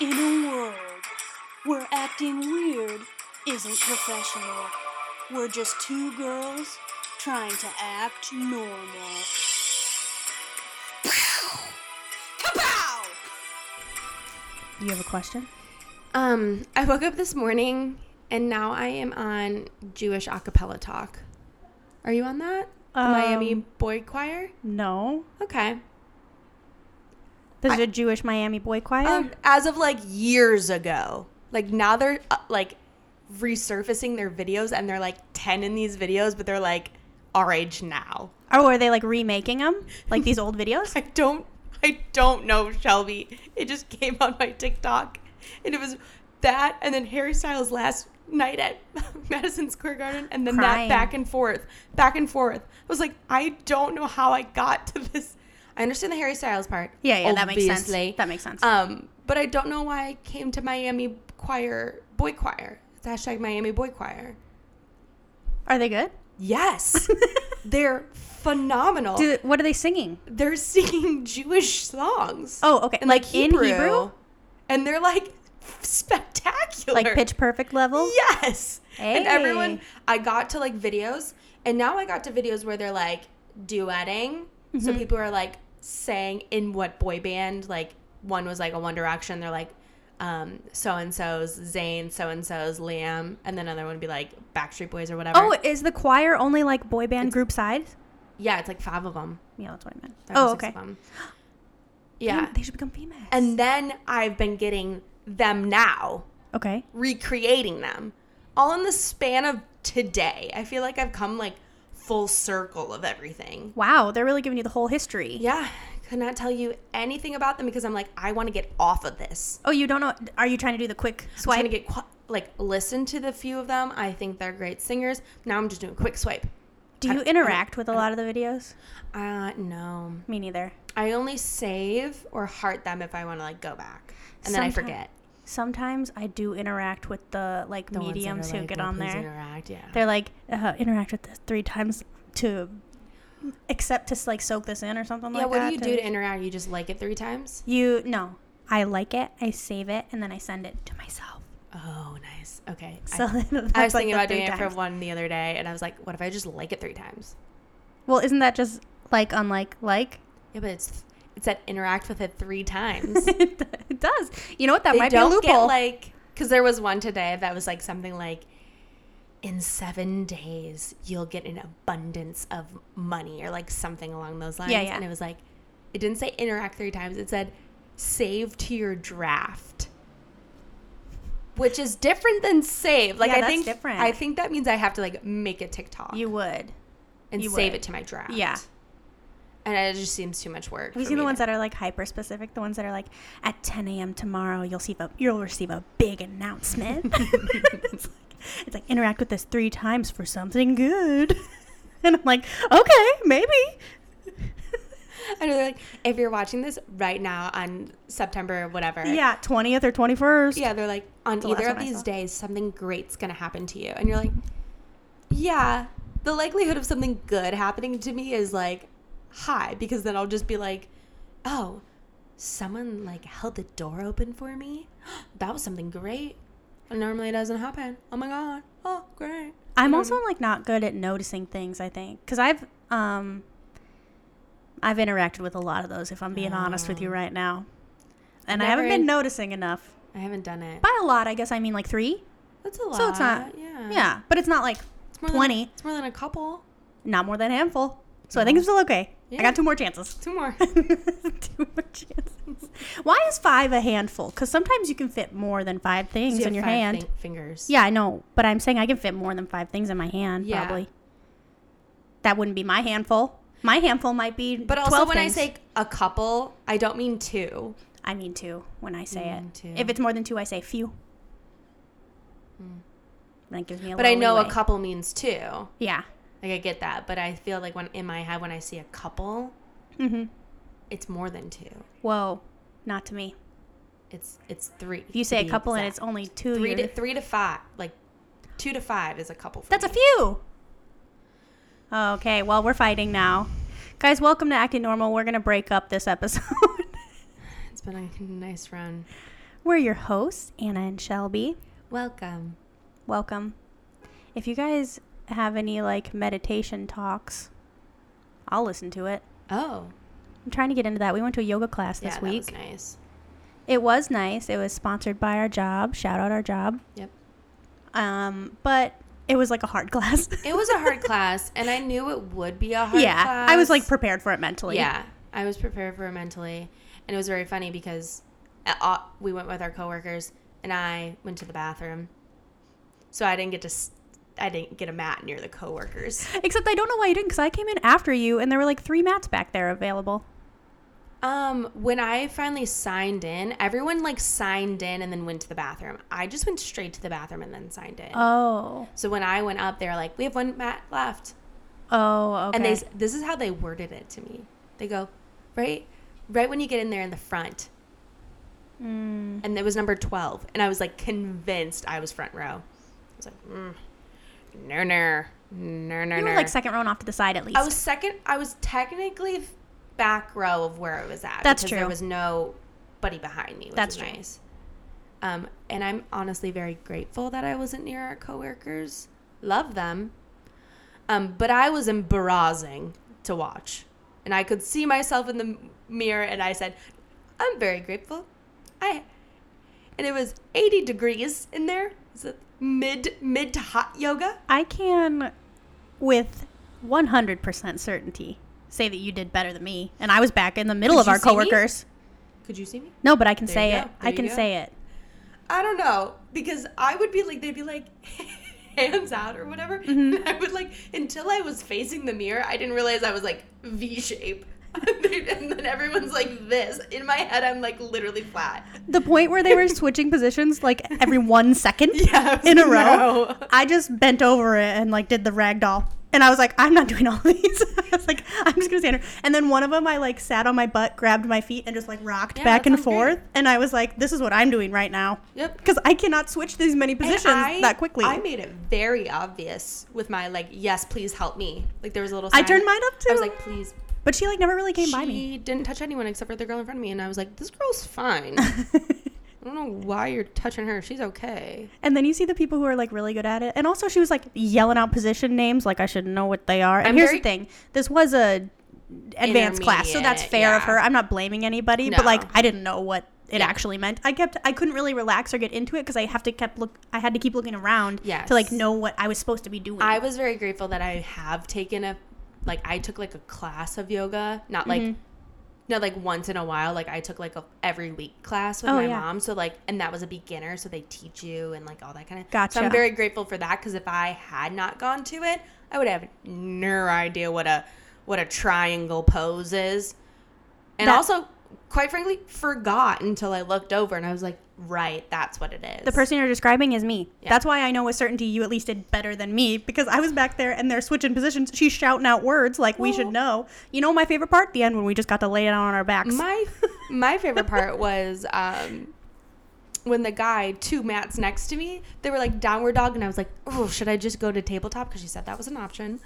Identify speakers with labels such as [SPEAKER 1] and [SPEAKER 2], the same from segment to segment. [SPEAKER 1] In a world where acting weird isn't professional, we're just two girls trying to act normal. Do you have a question?
[SPEAKER 2] Um, I woke up this morning and now I am on Jewish acapella talk. Are you on that? The Miami
[SPEAKER 3] Um,
[SPEAKER 2] Boy Choir?
[SPEAKER 3] No.
[SPEAKER 2] Okay.
[SPEAKER 3] There's a Jewish Miami boy choir.
[SPEAKER 2] Um, as of like years ago. Like now they're uh, like resurfacing their videos and they're like 10 in these videos, but they're like our age now.
[SPEAKER 3] oh, are they like remaking them? Like these old videos?
[SPEAKER 2] I don't I don't know, Shelby. It just came on my TikTok. And it was that and then Harry Styles last night at Madison Square Garden and then
[SPEAKER 3] Crying.
[SPEAKER 2] that back and forth, back and forth. I was like, I don't know how I got to this. I understand the Harry Styles part.
[SPEAKER 3] Yeah, yeah, that makes sense.
[SPEAKER 2] obviously.
[SPEAKER 3] That makes sense.
[SPEAKER 2] Um, but I don't know why I came to Miami Choir Boy Choir. It's hashtag Miami Boy Choir.
[SPEAKER 3] Are they good?
[SPEAKER 2] Yes. They're phenomenal.
[SPEAKER 3] Do, what are they singing?
[SPEAKER 2] They're singing Jewish songs.
[SPEAKER 3] Oh, okay.
[SPEAKER 2] and,
[SPEAKER 3] Like, in Hebrew?
[SPEAKER 2] and they're like spectacular.
[SPEAKER 3] Like pitch perfect level?
[SPEAKER 2] Yes, and everyone.
[SPEAKER 3] Hey.
[SPEAKER 2] I got to like videos, and now I got to videos where they're like duetting. So
[SPEAKER 3] Mm-hmm.
[SPEAKER 2] people are like saying in what boy band? Like one was like a One Direction. They're like um so and so's Zayn, so and so's Liam, and then another one would be like Backstreet Boys or whatever.
[SPEAKER 3] Oh, is the choir only like boy band group size?
[SPEAKER 2] yeah, it's like five of them.
[SPEAKER 3] Yeah, that's what I meant.
[SPEAKER 2] Five or
[SPEAKER 3] Oh,
[SPEAKER 2] six
[SPEAKER 3] okay.
[SPEAKER 2] of 'em. Yeah,
[SPEAKER 3] Damn, They should become female.
[SPEAKER 2] and then I've been getting them now.
[SPEAKER 3] okay.
[SPEAKER 2] recreating them all in the span of today. I feel like I've come like full circle of everything.
[SPEAKER 3] Wow, they're really giving you the whole history.
[SPEAKER 2] Yeah, could not tell you anything about them because I'm like, I want to get off of this.
[SPEAKER 3] Oh, you don't know? Are you trying to do the quick
[SPEAKER 2] So I'm
[SPEAKER 3] swipe?
[SPEAKER 2] gonna get qu- like listen to the few of them. I think they're great singers. Now I'm just doing a quick swipe.
[SPEAKER 3] do you interact with a lot of the videos?
[SPEAKER 2] Uh, no,
[SPEAKER 3] Me neither.
[SPEAKER 2] I only save or heart them if I want to like go back, and then I
[SPEAKER 3] Sometime-
[SPEAKER 2] forget.
[SPEAKER 3] Sometimes I do interact with the like
[SPEAKER 2] The ones that
[SPEAKER 3] mediums
[SPEAKER 2] are
[SPEAKER 3] who
[SPEAKER 2] like,
[SPEAKER 3] get
[SPEAKER 2] "Well,
[SPEAKER 3] on
[SPEAKER 2] please
[SPEAKER 3] there.
[SPEAKER 2] Interact, yeah.
[SPEAKER 3] They're like uh, interact with this three times to accept to like soak this in or something
[SPEAKER 2] yeah.
[SPEAKER 3] like
[SPEAKER 2] what
[SPEAKER 3] that.
[SPEAKER 2] do you do to interact? You just like it three times.
[SPEAKER 3] You no, I like it. I save it and then I send it to myself.
[SPEAKER 2] Oh, nice. Okay. I
[SPEAKER 3] So that's
[SPEAKER 2] I was thinking
[SPEAKER 3] like
[SPEAKER 2] about
[SPEAKER 3] the
[SPEAKER 2] doing
[SPEAKER 3] three
[SPEAKER 2] it for
[SPEAKER 3] times.
[SPEAKER 2] one the other day, and I was like, what if I just like it three times?
[SPEAKER 3] Well, isn't that just like unlike like?
[SPEAKER 2] Yeah, but it's it's that interact with it three times. that
[SPEAKER 3] it do- it does. You know what? That might be a loophole.
[SPEAKER 2] get like because there was one today that was like something like, in seven days you'll get an abundance of money or like something along those lines.
[SPEAKER 3] Yeah, yeah.
[SPEAKER 2] And it was like, it didn't say interact three times. It said save to your draft. Which is different than save. Like
[SPEAKER 3] Yeah,
[SPEAKER 2] I
[SPEAKER 3] that's
[SPEAKER 2] think
[SPEAKER 3] different.
[SPEAKER 2] I think that means I have to like make a TikTok.
[SPEAKER 3] you would.
[SPEAKER 2] and
[SPEAKER 3] You
[SPEAKER 2] save
[SPEAKER 3] would.
[SPEAKER 2] it to my draft.
[SPEAKER 3] Yeah.
[SPEAKER 2] And it just seems too much work.
[SPEAKER 3] Have you
[SPEAKER 2] for
[SPEAKER 3] seen the
[SPEAKER 2] me
[SPEAKER 3] ones
[SPEAKER 2] to-
[SPEAKER 3] that are like hyper specific? The ones that are like at 10 a.m. tomorrow, you'll see a you'll receive a big announcement. it's, like, it's like interact with this three times for something good. And I'm like, okay, maybe.
[SPEAKER 2] I know they're like, if you're watching this right now on September whatever.
[SPEAKER 3] Yeah, 20th or 21st.
[SPEAKER 2] Yeah, they're like, on
[SPEAKER 3] The
[SPEAKER 2] either
[SPEAKER 3] last
[SPEAKER 2] of
[SPEAKER 3] one I
[SPEAKER 2] these
[SPEAKER 3] saw.
[SPEAKER 2] days, something great's gonna happen to you. And you're like, Yeah. The likelihood of something good happening to me is like high because then I'll just be like, Oh, someone like held the door open for me. that was something great. And normally it doesn't happen. Oh my god. Oh great.
[SPEAKER 3] I'm also like not good at noticing things, I think, cuz I've um I've interacted with a lot of those if I'm being honest with you right now. And I
[SPEAKER 2] Mm. Never
[SPEAKER 3] haven't been
[SPEAKER 2] in-
[SPEAKER 3] noticing enough.
[SPEAKER 2] I haven't done it.
[SPEAKER 3] By a lot, I guess I mean like 3.
[SPEAKER 2] That's a lot.
[SPEAKER 3] So it's not
[SPEAKER 2] Yeah.
[SPEAKER 3] Yeah, but it's not like
[SPEAKER 2] It's more
[SPEAKER 3] 20.
[SPEAKER 2] Than, it's more than a couple.
[SPEAKER 3] not more than a handful. So I think I'm still okay. I
[SPEAKER 2] Uh-huh. Yeah.
[SPEAKER 3] got two more chances.
[SPEAKER 2] Two more.
[SPEAKER 3] two more chances. Why is five a handful? Because sometimes you can fit more than five things in your hand.
[SPEAKER 2] fingers.
[SPEAKER 3] Yeah, I know, but I'm saying I can fit more than five things in my hand.
[SPEAKER 2] Yeah.
[SPEAKER 3] Probably. That wouldn't be my handful. My handful might be.
[SPEAKER 2] But also
[SPEAKER 3] 12
[SPEAKER 2] when
[SPEAKER 3] things. Oh,
[SPEAKER 2] I say a couple, I don't mean two.
[SPEAKER 3] I mean two when I say
[SPEAKER 2] mean
[SPEAKER 3] it.
[SPEAKER 2] Mm, two.
[SPEAKER 3] If it's more than two, I say few. That gives me a
[SPEAKER 2] Mm. But I
[SPEAKER 3] little
[SPEAKER 2] know a
[SPEAKER 3] leeway.
[SPEAKER 2] couple means two.
[SPEAKER 3] Yeah.
[SPEAKER 2] Like I get that, but I feel like when in my head when I see a couple,
[SPEAKER 3] Mm-hmm.
[SPEAKER 2] it's more than two.
[SPEAKER 3] Whoa, not to me.
[SPEAKER 2] It's it's three.
[SPEAKER 3] If you say a couple and it's only 2
[SPEAKER 2] three
[SPEAKER 3] you're-
[SPEAKER 2] to three to five, like two to five is a couple. For
[SPEAKER 3] That's a
[SPEAKER 2] me.
[SPEAKER 3] few. Okay, well, we're fighting now. Guys, welcome to Acting Normal. We're going to break up this episode.
[SPEAKER 2] It's been a nice run.
[SPEAKER 3] We're your hosts, Anna and Shelby.
[SPEAKER 2] Welcome.
[SPEAKER 3] Welcome. If you guys have any like meditation talks, I'll listen to it.
[SPEAKER 2] Oh,
[SPEAKER 3] I'm trying to get into that. We went to a yoga class
[SPEAKER 2] yeah,
[SPEAKER 3] this
[SPEAKER 2] that
[SPEAKER 3] week.
[SPEAKER 2] was nice.
[SPEAKER 3] It was nice. It was sponsored by our job. Shout out our job.
[SPEAKER 2] Yep.
[SPEAKER 3] Um, but it was like a hard class.
[SPEAKER 2] It was a hard class, and I knew it would be a hard
[SPEAKER 3] yeah,
[SPEAKER 2] class.
[SPEAKER 3] I was like prepared for it mentally.
[SPEAKER 2] Yeah, I was prepared for it mentally, and it was very funny because at- uh, we went with our coworkers, and I went to the bathroom, so I didn't get to. s I didn't get a mat near the coworkers.
[SPEAKER 3] Except I don't know why you didn't, because I came in after you, and there were like three mats back there available.
[SPEAKER 2] Um, when I finally signed in, everyone like signed in and then went to the bathroom. I just went straight to the bathroom and then signed in.
[SPEAKER 3] Oh,
[SPEAKER 2] so when I went up, they were like, "We have one mat left,"
[SPEAKER 3] oh, okay.
[SPEAKER 2] and they s- this is how they worded it to me. They go, "Right, right when you get in there in the front,
[SPEAKER 3] Mm.
[SPEAKER 2] and it was number 12 and i was like convinced i was front row i was like mm, no no no no
[SPEAKER 3] you
[SPEAKER 2] no
[SPEAKER 3] were like second row and off to the side at least.
[SPEAKER 2] i was second i was technically back row of where it was at
[SPEAKER 3] That's
[SPEAKER 2] because
[SPEAKER 3] true.
[SPEAKER 2] there was nobody behind me which
[SPEAKER 3] That's
[SPEAKER 2] was
[SPEAKER 3] true.
[SPEAKER 2] nice um, and i'm honestly very grateful that i wasn't near our coworkers love them um, but i was embarrassing to watch and i could see myself in the m- mirror and i said i'm very grateful i and it was 80 degrees in there. It's a mid mid to hot yoga.
[SPEAKER 3] I can, with 100% certainty, say that you did better than me, and I was back in the middle
[SPEAKER 2] Did
[SPEAKER 3] of
[SPEAKER 2] you
[SPEAKER 3] our
[SPEAKER 2] see me?
[SPEAKER 3] coworkers.
[SPEAKER 2] Could you see me?
[SPEAKER 3] No, but I can
[SPEAKER 2] There
[SPEAKER 3] say
[SPEAKER 2] you
[SPEAKER 3] it.
[SPEAKER 2] go.
[SPEAKER 3] I
[SPEAKER 2] There
[SPEAKER 3] can
[SPEAKER 2] you go.
[SPEAKER 3] say it.
[SPEAKER 2] I don't know because I would be like they'd be like hands out or whatever.
[SPEAKER 3] Mm-hmm.
[SPEAKER 2] And I would like until I was facing the mirror, I didn't realize I was like V shape. and then everyone's like this. In my head, I'm like literally flat.
[SPEAKER 3] The point where they were switching positions like every one second
[SPEAKER 2] Yeah,
[SPEAKER 3] in a
[SPEAKER 2] no.
[SPEAKER 3] row, I just bent over it and like did the rag doll. And I was like, I'm not doing all these. I was like, I'm just gonna stand here. And then one of them, I like sat on my butt, grabbed my feet, and just like rocked
[SPEAKER 2] Yeah,
[SPEAKER 3] back
[SPEAKER 2] that
[SPEAKER 3] and
[SPEAKER 2] sounds great.
[SPEAKER 3] forth. And I was like, this is what I'm doing right now.
[SPEAKER 2] Yep.
[SPEAKER 3] Because I cannot switch these many
[SPEAKER 2] And
[SPEAKER 3] positions
[SPEAKER 2] I-
[SPEAKER 3] that quickly.
[SPEAKER 2] I
[SPEAKER 3] i
[SPEAKER 2] made it very obvious with my like, yes, please help me. Like there was a little. sign.
[SPEAKER 3] turned mine up too.
[SPEAKER 2] I was like, please
[SPEAKER 3] but she like never really came by me.
[SPEAKER 2] She didn't touch anyone except for the girl in front of me, and I was like, "This girl's fine. I don't know why you're touching her. She's okay."
[SPEAKER 3] And then you see the people who are like really good at it. And also, she was like yelling out position names, like I should know what they are. And
[SPEAKER 2] I'm
[SPEAKER 3] here's
[SPEAKER 2] very-
[SPEAKER 3] the thing: this was a advanced class, so that's
[SPEAKER 2] Intermediate,
[SPEAKER 3] fair of
[SPEAKER 2] yeah.
[SPEAKER 3] her. I'm not blaming anybody, but like
[SPEAKER 2] No.
[SPEAKER 3] I didn't know what it
[SPEAKER 2] Yeah.
[SPEAKER 3] actually meant. I kept I couldn't really relax or get into it because I have to kept look. I had to keep looking around
[SPEAKER 2] Yes.
[SPEAKER 3] to like know what I was supposed to be doing.
[SPEAKER 2] I was very grateful that I have taken a, like, I took like a class of yoga, not like,
[SPEAKER 3] Mm-hmm.
[SPEAKER 2] not like once in a while. Like I took like a every week class with
[SPEAKER 3] Oh,
[SPEAKER 2] my
[SPEAKER 3] yeah.
[SPEAKER 2] mom, so like, and that was a beginner, so they teach you and like all that kind of. So
[SPEAKER 3] Gotcha.
[SPEAKER 2] I'm very grateful for that because if I had not gone to it, I would have no idea what a what a triangle pose is. And
[SPEAKER 3] That-
[SPEAKER 2] also, quite frankly, forgot until I looked over and I was like, right, that's what it is.
[SPEAKER 3] the person you're describing is me. That's why I know with certainty you at least did better than me because I was back there and they're switching positions. She's shouting out words like we should
[SPEAKER 2] Well-
[SPEAKER 3] know. You know my favorite part? The end when we just got to lay down on our backs.
[SPEAKER 2] My my favorite part was um, when the guy, two mats next to me, they were like downward dog, and I was like, oh, should I just go to tabletop? Because she said that was an option.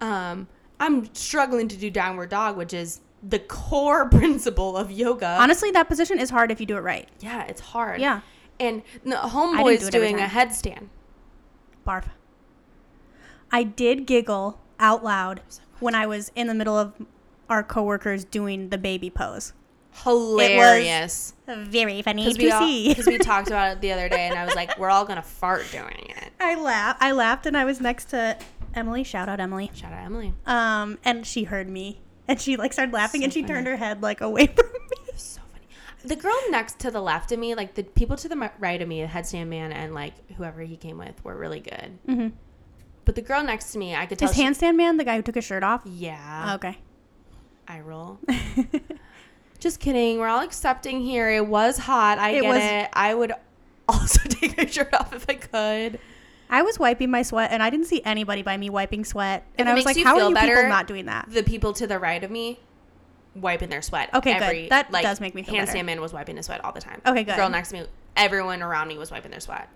[SPEAKER 2] Um, I'm struggling to do downward dog, which is the core principle of yoga.
[SPEAKER 3] Honestly, that position is hard if you do it right.
[SPEAKER 2] yeah, it's hard.
[SPEAKER 3] Yeah.
[SPEAKER 2] And the
[SPEAKER 3] do it
[SPEAKER 2] homeboy's
[SPEAKER 3] every
[SPEAKER 2] doing
[SPEAKER 3] time.
[SPEAKER 2] a headstand.
[SPEAKER 3] Barf. I did giggle out loud when I was in the middle of our coworkers doing the baby pose.
[SPEAKER 2] Hilarious.
[SPEAKER 3] Very funny
[SPEAKER 2] Because we, all- 'cause we talked about it the other day, and I was like, we're all going to fart doing it.
[SPEAKER 3] I laugh. I laughed, and I was next to Emily. Shout out Emily.
[SPEAKER 2] Shout out Emily.
[SPEAKER 3] Um, and she heard me, and she like started laughing,
[SPEAKER 2] So
[SPEAKER 3] and she
[SPEAKER 2] funny.
[SPEAKER 3] turned her head like away from me.
[SPEAKER 2] so funny. The girl next to the left of me, like the people to the mi- right of me, the headstand man and like whoever he came with, were really good.
[SPEAKER 3] Mhm.
[SPEAKER 2] But the girl next to me, I could tell.
[SPEAKER 3] Is
[SPEAKER 2] she-
[SPEAKER 3] handstand man the guy who took his shirt off?
[SPEAKER 2] yeah,
[SPEAKER 3] Okay.
[SPEAKER 2] I roll. Just kidding. We're all accepting here. It was hot. I
[SPEAKER 3] It
[SPEAKER 2] get
[SPEAKER 3] was-
[SPEAKER 2] it. I would also take my shirt off if I could.
[SPEAKER 3] I was wiping my sweat, and I didn't see anybody by me wiping sweat. And
[SPEAKER 2] it
[SPEAKER 3] I was like,
[SPEAKER 2] makes you
[SPEAKER 3] "How are
[SPEAKER 2] feel
[SPEAKER 3] you people
[SPEAKER 2] better,
[SPEAKER 3] not doing that?"
[SPEAKER 2] The people to the right of me wiping their sweat.
[SPEAKER 3] Okay, good. That does make me feel
[SPEAKER 2] handstand
[SPEAKER 3] better.
[SPEAKER 2] man was wiping his sweat all the time.
[SPEAKER 3] Okay,
[SPEAKER 2] The
[SPEAKER 3] good.
[SPEAKER 2] girl next to me, everyone around me was wiping their sweat.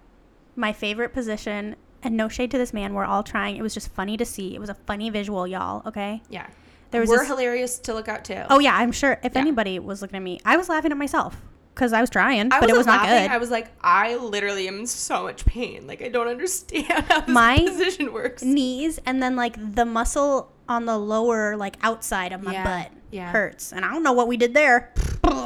[SPEAKER 3] my favorite position and no shade to this man we're all trying it was just funny to see it was a funny visual y'all okay
[SPEAKER 2] Yeah.
[SPEAKER 3] There was
[SPEAKER 2] We're
[SPEAKER 3] this-
[SPEAKER 2] hilarious to look out too.
[SPEAKER 3] oh yeah i'm sure if
[SPEAKER 2] Yeah.
[SPEAKER 3] anybody was looking at me i was laughing at myself because I was trying,
[SPEAKER 2] I
[SPEAKER 3] but it
[SPEAKER 2] wasn't
[SPEAKER 3] was not
[SPEAKER 2] laughing.
[SPEAKER 3] good.
[SPEAKER 2] I was like, I literally am in so much pain. Like I don't understand how this
[SPEAKER 3] My-
[SPEAKER 2] position works.
[SPEAKER 3] Knees and then like the muscle on the lower, like outside of my
[SPEAKER 2] Yeah,
[SPEAKER 3] butt
[SPEAKER 2] yeah.
[SPEAKER 3] hurts. And I don't know what we did there.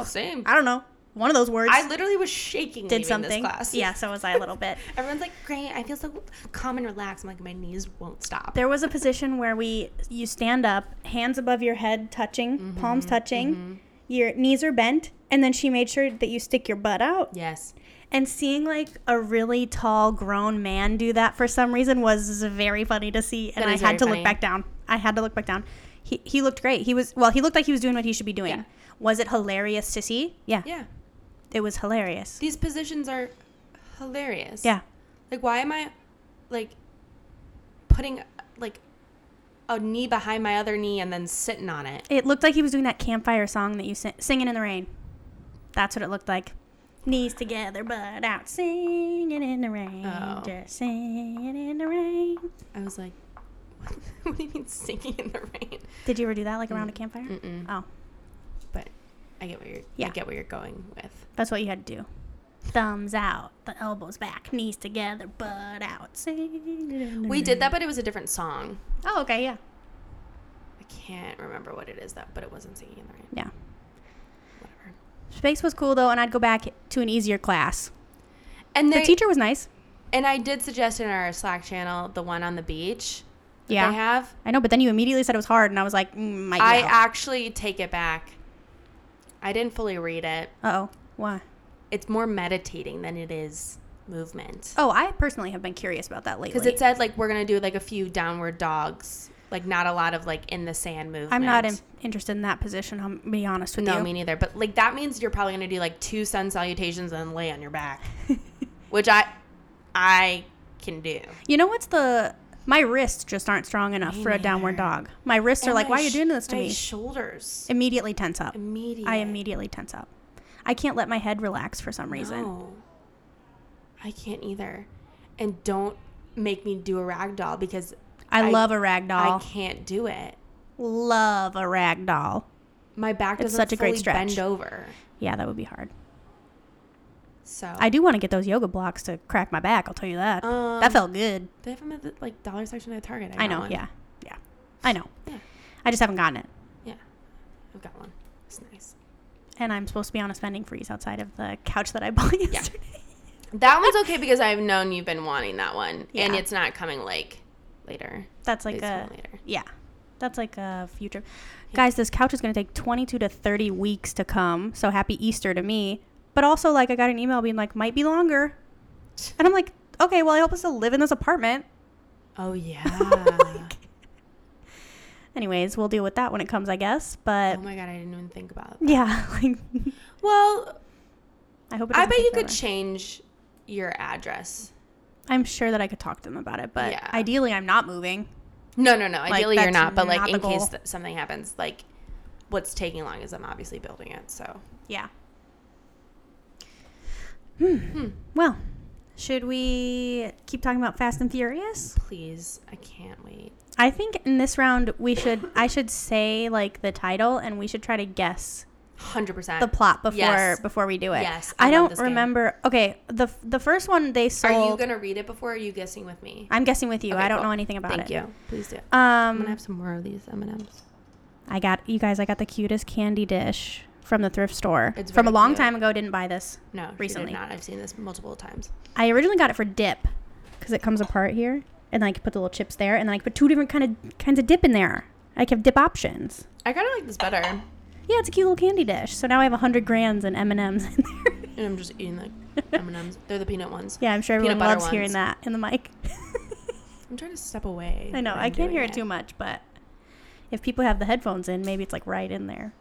[SPEAKER 2] Same.
[SPEAKER 3] I don't know. One of those words
[SPEAKER 2] I literally was shaking.
[SPEAKER 3] did
[SPEAKER 2] leaving this
[SPEAKER 3] something.
[SPEAKER 2] class.
[SPEAKER 3] Yeah, so was I a little bit.
[SPEAKER 2] Everyone's like, great. I feel so calm and relaxed. I'm like, my knees won't stop.
[SPEAKER 3] There was a position where we you stand up, hands above your head touching,
[SPEAKER 2] Mm-hmm.
[SPEAKER 3] palms touching, your knees are bent, and then she made sure that you stick your butt out.
[SPEAKER 2] yes.
[SPEAKER 3] And seeing like a really tall grown man do that for some reason was very funny to see. And
[SPEAKER 2] That
[SPEAKER 3] I
[SPEAKER 2] is
[SPEAKER 3] had
[SPEAKER 2] very
[SPEAKER 3] to
[SPEAKER 2] funny.
[SPEAKER 3] look back down. I had to look back down. He, he looked great. He was well. He looked like he was doing what he should be doing.
[SPEAKER 2] Yeah.
[SPEAKER 3] Was it hilarious to see? Yeah,
[SPEAKER 2] Yeah.
[SPEAKER 3] it was hilarious.
[SPEAKER 2] These positions are hilarious.
[SPEAKER 3] Yeah,
[SPEAKER 2] Like, why am I, like, putting, like, a knee behind my other knee and then sitting on it?
[SPEAKER 3] it looked like he was doing that campfire song that you sing, singing in the rain. That's what it looked like. Knees together, butt out, singing in the rain,
[SPEAKER 2] Oh.
[SPEAKER 3] just singing in the rain.
[SPEAKER 2] I was like, what do you mean singing in the rain?
[SPEAKER 3] Did you ever do that like around a campfire?
[SPEAKER 2] Mm, Mm-mm.
[SPEAKER 3] Oh,
[SPEAKER 2] But I get what you're, I
[SPEAKER 3] Yeah.
[SPEAKER 2] get where you're going with.
[SPEAKER 3] That's what you had to do. Thumbs out, the elbows back, knees together, butt out.
[SPEAKER 2] We did
[SPEAKER 3] Mm-hmm.
[SPEAKER 2] that, but it was a different song.
[SPEAKER 3] Oh, okay, yeah,
[SPEAKER 2] I can't remember what it is, though, but it wasn't singing in the rain.
[SPEAKER 3] yeah.
[SPEAKER 2] Whatever.
[SPEAKER 3] Space was cool though, and I'd go back to an easier class.
[SPEAKER 2] And
[SPEAKER 3] The
[SPEAKER 2] they-
[SPEAKER 3] teacher was nice.
[SPEAKER 2] And I did suggest in our Slack channel the one on the beach. that
[SPEAKER 3] Yeah,
[SPEAKER 2] They have.
[SPEAKER 3] I know, but then you immediately said it was hard, and I was like, mm, might
[SPEAKER 2] I
[SPEAKER 3] I.
[SPEAKER 2] actually take it back. I didn't fully read it.
[SPEAKER 3] Uh oh, why?
[SPEAKER 2] It's more meditating than it is movement.
[SPEAKER 3] Oh, I personally have been curious about that lately.
[SPEAKER 2] Because it said like we're gonna do like a few downward dogs, like not a lot of like in the sand movement.
[SPEAKER 3] I'm not in, interested in that position. I'm gonna be honest with
[SPEAKER 2] No,
[SPEAKER 3] you.
[SPEAKER 2] me neither. But like that means you're probably gonna do like two sun salutations and then lay on your back, which I, I can do.
[SPEAKER 3] you know what's the? My wrists just aren't strong enough for a downward dog. My wrists are like, why are you doing this to
[SPEAKER 2] my
[SPEAKER 3] me?
[SPEAKER 2] Shoulders.
[SPEAKER 3] immediately tense up.
[SPEAKER 2] Immediate.
[SPEAKER 3] I immediately tense up. I can't let my head relax for some reason.
[SPEAKER 2] No. I can't either. And don't make me do a rag doll because
[SPEAKER 3] I,
[SPEAKER 2] I-
[SPEAKER 3] love a rag
[SPEAKER 2] I
[SPEAKER 3] doll.
[SPEAKER 2] can't do it.
[SPEAKER 3] Love a rag doll.
[SPEAKER 2] My back doesn't
[SPEAKER 3] such a great
[SPEAKER 2] fully
[SPEAKER 3] stretch.
[SPEAKER 2] bend over.
[SPEAKER 3] Yeah, that would be hard.
[SPEAKER 2] So
[SPEAKER 3] I do want to get those yoga blocks to crack my back. I'll tell you that.
[SPEAKER 2] um,
[SPEAKER 3] that felt good.
[SPEAKER 2] They have them at the like dollar section at Target.
[SPEAKER 3] I
[SPEAKER 2] got
[SPEAKER 3] know.
[SPEAKER 2] one.
[SPEAKER 3] Yeah. Yeah. I know.
[SPEAKER 2] Yeah.
[SPEAKER 3] I just haven't gotten it.
[SPEAKER 2] Yeah. I've got one. It's nice.
[SPEAKER 3] And I'm supposed to be on a spending freeze outside of the couch that I bought yesterday.
[SPEAKER 2] That one's okay because I've known you've been wanting that one,
[SPEAKER 3] Yeah.
[SPEAKER 2] and it's not coming like later.
[SPEAKER 3] That's like
[SPEAKER 2] Please
[SPEAKER 3] a
[SPEAKER 2] come later.
[SPEAKER 3] yeah. That's like a future. Guys, this couch is going to take 22 to 30 weeks to come. So happy Easter to me. But also, like, I got an email being like, might be longer. And I'm like, okay, well, I hope I still live in this apartment.
[SPEAKER 2] Oh yeah. Ah.
[SPEAKER 3] Anyways, we'll deal with that when it comes, I guess. But
[SPEAKER 2] oh my god, I didn't even think about. That.
[SPEAKER 3] yeah, like,
[SPEAKER 2] Well,
[SPEAKER 3] I hope. It
[SPEAKER 2] I
[SPEAKER 3] doesn't
[SPEAKER 2] bet
[SPEAKER 3] take
[SPEAKER 2] you could
[SPEAKER 3] forever.
[SPEAKER 2] change your address.
[SPEAKER 3] I'm sure that I could talk to them about it, but
[SPEAKER 2] Yeah.
[SPEAKER 3] ideally, I'm not moving.
[SPEAKER 2] No, no, no. Ideally, you're
[SPEAKER 3] that's
[SPEAKER 2] not. But like,
[SPEAKER 3] not the
[SPEAKER 2] in case
[SPEAKER 3] goal.
[SPEAKER 2] th- something happens, like, what's taking long is I'm obviously building it. So
[SPEAKER 3] Yeah. Hmm. Well, should we keep talking about Fast and Furious?
[SPEAKER 2] please, I can't wait.
[SPEAKER 3] I think in this round we should I should say like the title and we should try to guess
[SPEAKER 2] Hundred percent.
[SPEAKER 3] the plot before
[SPEAKER 2] Uh, Yes.
[SPEAKER 3] before we do it.
[SPEAKER 2] Yes,
[SPEAKER 3] I,
[SPEAKER 2] I love
[SPEAKER 3] don't
[SPEAKER 2] this game.
[SPEAKER 3] remember. Okay, the the first one they sold.
[SPEAKER 2] Are you gonna read it before? Or are you guessing with me?
[SPEAKER 3] I'm guessing with you.
[SPEAKER 2] Okay,
[SPEAKER 3] I don't
[SPEAKER 2] cool.
[SPEAKER 3] know anything about
[SPEAKER 2] Thank
[SPEAKER 3] it.
[SPEAKER 2] you. Please do. I'm gonna
[SPEAKER 3] Um,
[SPEAKER 2] have some more of these M and M's.
[SPEAKER 3] I got you guys. I got the cutest candy dish from the thrift store
[SPEAKER 2] It's
[SPEAKER 3] from a
[SPEAKER 2] very
[SPEAKER 3] long
[SPEAKER 2] cute.
[SPEAKER 3] time ago. Didn't buy this.
[SPEAKER 2] No, recently
[SPEAKER 3] Recently.
[SPEAKER 2] not. I've seen this multiple times.
[SPEAKER 3] I originally got it for dip because it comes apart here and like put the little chips there and then I put two different kind of kinds of dip in there. I have dip options.
[SPEAKER 2] I kind of like this better, and
[SPEAKER 3] Yeah, it's a cute little candy dish. So now I have 100 grams and M&Ms in there.
[SPEAKER 2] I'm just eating the M and M's. They're the peanut ones.
[SPEAKER 3] Yeah, I'm sure
[SPEAKER 2] Mm. Peanut
[SPEAKER 3] everyone
[SPEAKER 2] butter
[SPEAKER 3] loves hearing
[SPEAKER 2] ones.
[SPEAKER 3] that in the mic.
[SPEAKER 2] I'm trying to step away.
[SPEAKER 3] I know,
[SPEAKER 2] when
[SPEAKER 3] I
[SPEAKER 2] I'm
[SPEAKER 3] can't
[SPEAKER 2] doing
[SPEAKER 3] hear it too much, but if people have the headphones in, maybe it's like right in there.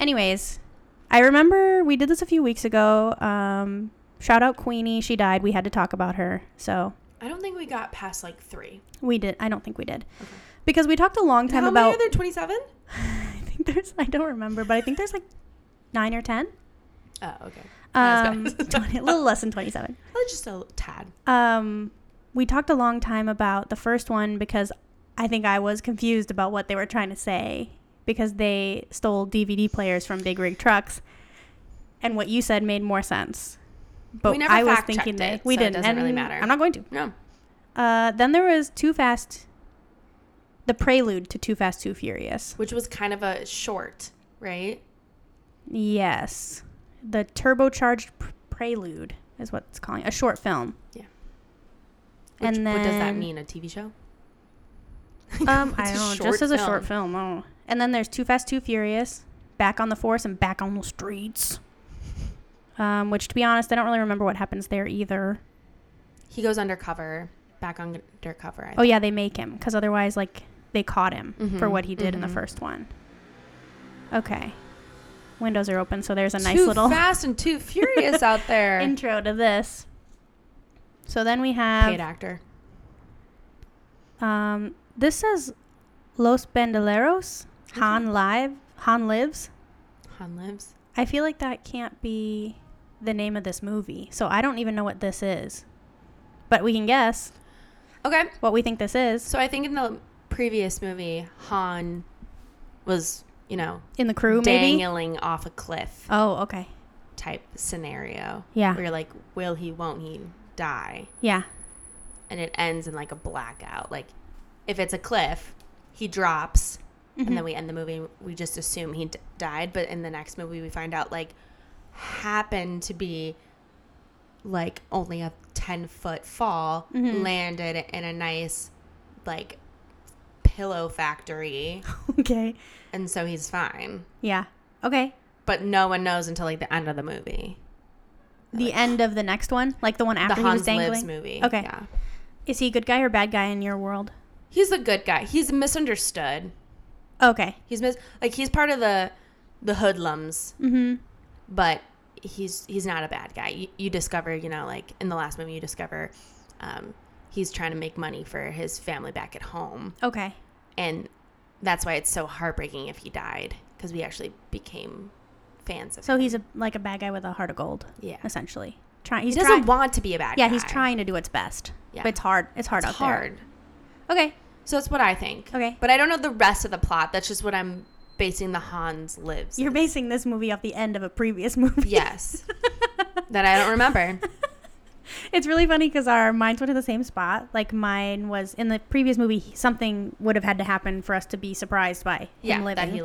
[SPEAKER 3] Anyways, I remember we did this a few weeks ago. Um, shout out Queenie, she died. We had to talk about her. So
[SPEAKER 2] I don't think we got past like three.
[SPEAKER 3] we did, I don't think we did. Because we talked a long time
[SPEAKER 2] How many
[SPEAKER 3] about,
[SPEAKER 2] are there? Twenty-seven.
[SPEAKER 3] I think there's, I don't remember, but I think there's like nine or 10.
[SPEAKER 2] Oh, okay. Not as
[SPEAKER 3] Um,
[SPEAKER 2] bad.
[SPEAKER 3] 20, a little less than 27.
[SPEAKER 2] Well, just a tad.
[SPEAKER 3] um, we talked a long time about the first one because I think I was confused about what they were trying to say because they stole DVD players from big rig trucks. and what you said made more sense. But
[SPEAKER 2] We never
[SPEAKER 3] I was
[SPEAKER 2] fact-checked
[SPEAKER 3] thinking that
[SPEAKER 2] it,
[SPEAKER 3] we
[SPEAKER 2] so it
[SPEAKER 3] didn't.
[SPEAKER 2] doesn't really
[SPEAKER 3] and
[SPEAKER 2] matter.
[SPEAKER 3] I'm not going to.
[SPEAKER 2] No.
[SPEAKER 3] Uh, then there was Too Fast, the prelude to Too Fast, Too Furious.
[SPEAKER 2] Which was kind of a short, right?
[SPEAKER 3] Yes, the turbocharged pr- prelude is what it's calling a short film.
[SPEAKER 2] Yeah. Which,
[SPEAKER 3] And
[SPEAKER 2] what does that
[SPEAKER 3] then-
[SPEAKER 2] mean? A TV show?
[SPEAKER 3] Um, I
[SPEAKER 2] It's a
[SPEAKER 3] don't know,
[SPEAKER 2] short
[SPEAKER 3] just as a short film. I don't know. And then there's Too Fast, Too Furious, Back on the Force, and Back on the Streets. Um, which, to be honest, I don't really remember what happens there either.
[SPEAKER 2] He goes undercover, back on undercover. I
[SPEAKER 3] Oh yeah, they make him because otherwise, like, they caught him
[SPEAKER 2] Mm-hmm.
[SPEAKER 3] for what he did in the first one. Okay, windows are open, so there's a nice
[SPEAKER 2] too
[SPEAKER 3] little
[SPEAKER 2] fast and too furious out there.
[SPEAKER 3] intro to this. So then we
[SPEAKER 2] Paid
[SPEAKER 3] have
[SPEAKER 2] actor.
[SPEAKER 3] um, this says Los Bandoleros Han Live Han Lives.
[SPEAKER 2] Han lives.
[SPEAKER 3] I feel like that can't be the name of this movie. So I don't even know what this is. But we can guess
[SPEAKER 2] Okay,
[SPEAKER 3] what we think this is
[SPEAKER 2] so I think in the previous movie, Han was you know
[SPEAKER 3] in the crew, maybe.
[SPEAKER 2] dangling off a cliff
[SPEAKER 3] Oh, okay.
[SPEAKER 2] type scenario.
[SPEAKER 3] Yeah.
[SPEAKER 2] where you're like, will he? Won't he? Die?
[SPEAKER 3] Yeah.
[SPEAKER 2] And it ends in like a blackout. Like, if it's a cliff, he drops, and
[SPEAKER 3] Mm-hmm.
[SPEAKER 2] then we end the movie. We just assume he d- died, but in the next movie, we find out like happened to be like only a ten foot fall,
[SPEAKER 3] Mm-hmm.
[SPEAKER 2] landed in a nice like pillow factory,
[SPEAKER 3] okay.
[SPEAKER 2] and so he's fine.
[SPEAKER 3] Yeah. Okay.
[SPEAKER 2] But no one knows until like the end of the movie.
[SPEAKER 3] The end of the next one, like the one
[SPEAKER 2] The
[SPEAKER 3] after he was
[SPEAKER 2] Hans
[SPEAKER 3] dangling.
[SPEAKER 2] Lives movie.
[SPEAKER 3] Okay.
[SPEAKER 2] Yeah.
[SPEAKER 3] Is he a good guy or bad guy in your world?
[SPEAKER 2] He's a good guy. He's misunderstood.
[SPEAKER 3] Okay.
[SPEAKER 2] He's mis- like he's part of the the hoodlums,
[SPEAKER 3] Mhm.
[SPEAKER 2] but he's he's not a bad guy. You, you discover, you know, like in the last movie, you discover um, he's trying to make money for his family back at home,
[SPEAKER 3] Okay.
[SPEAKER 2] and that's why it's so heartbreaking if he died because we actually became fans of.
[SPEAKER 3] So
[SPEAKER 2] him.
[SPEAKER 3] he's a like a bad guy with a heart of gold,
[SPEAKER 2] yeah,
[SPEAKER 3] essentially. Trying. He's
[SPEAKER 2] he doesn't
[SPEAKER 3] trying.
[SPEAKER 2] want to be a bad.
[SPEAKER 3] yeah,
[SPEAKER 2] guy.
[SPEAKER 3] he's trying to do what's best.
[SPEAKER 2] Yeah.
[SPEAKER 3] But it's hard. It's hard
[SPEAKER 2] It's
[SPEAKER 3] out
[SPEAKER 2] hard.
[SPEAKER 3] there. Okay.
[SPEAKER 2] So that's what I think.
[SPEAKER 3] Okay.
[SPEAKER 2] but I don't know the rest of the plot. That's just what I'm basing the Hans lives.
[SPEAKER 3] You're basing this movie off the end of a previous movie.
[SPEAKER 2] yes, that I don't remember.
[SPEAKER 3] It's really funny because our minds went to the same spot. Like mine was in the previous movie, he- something would have had to happen for us to be surprised by
[SPEAKER 2] Yeah,
[SPEAKER 3] him living.
[SPEAKER 2] that he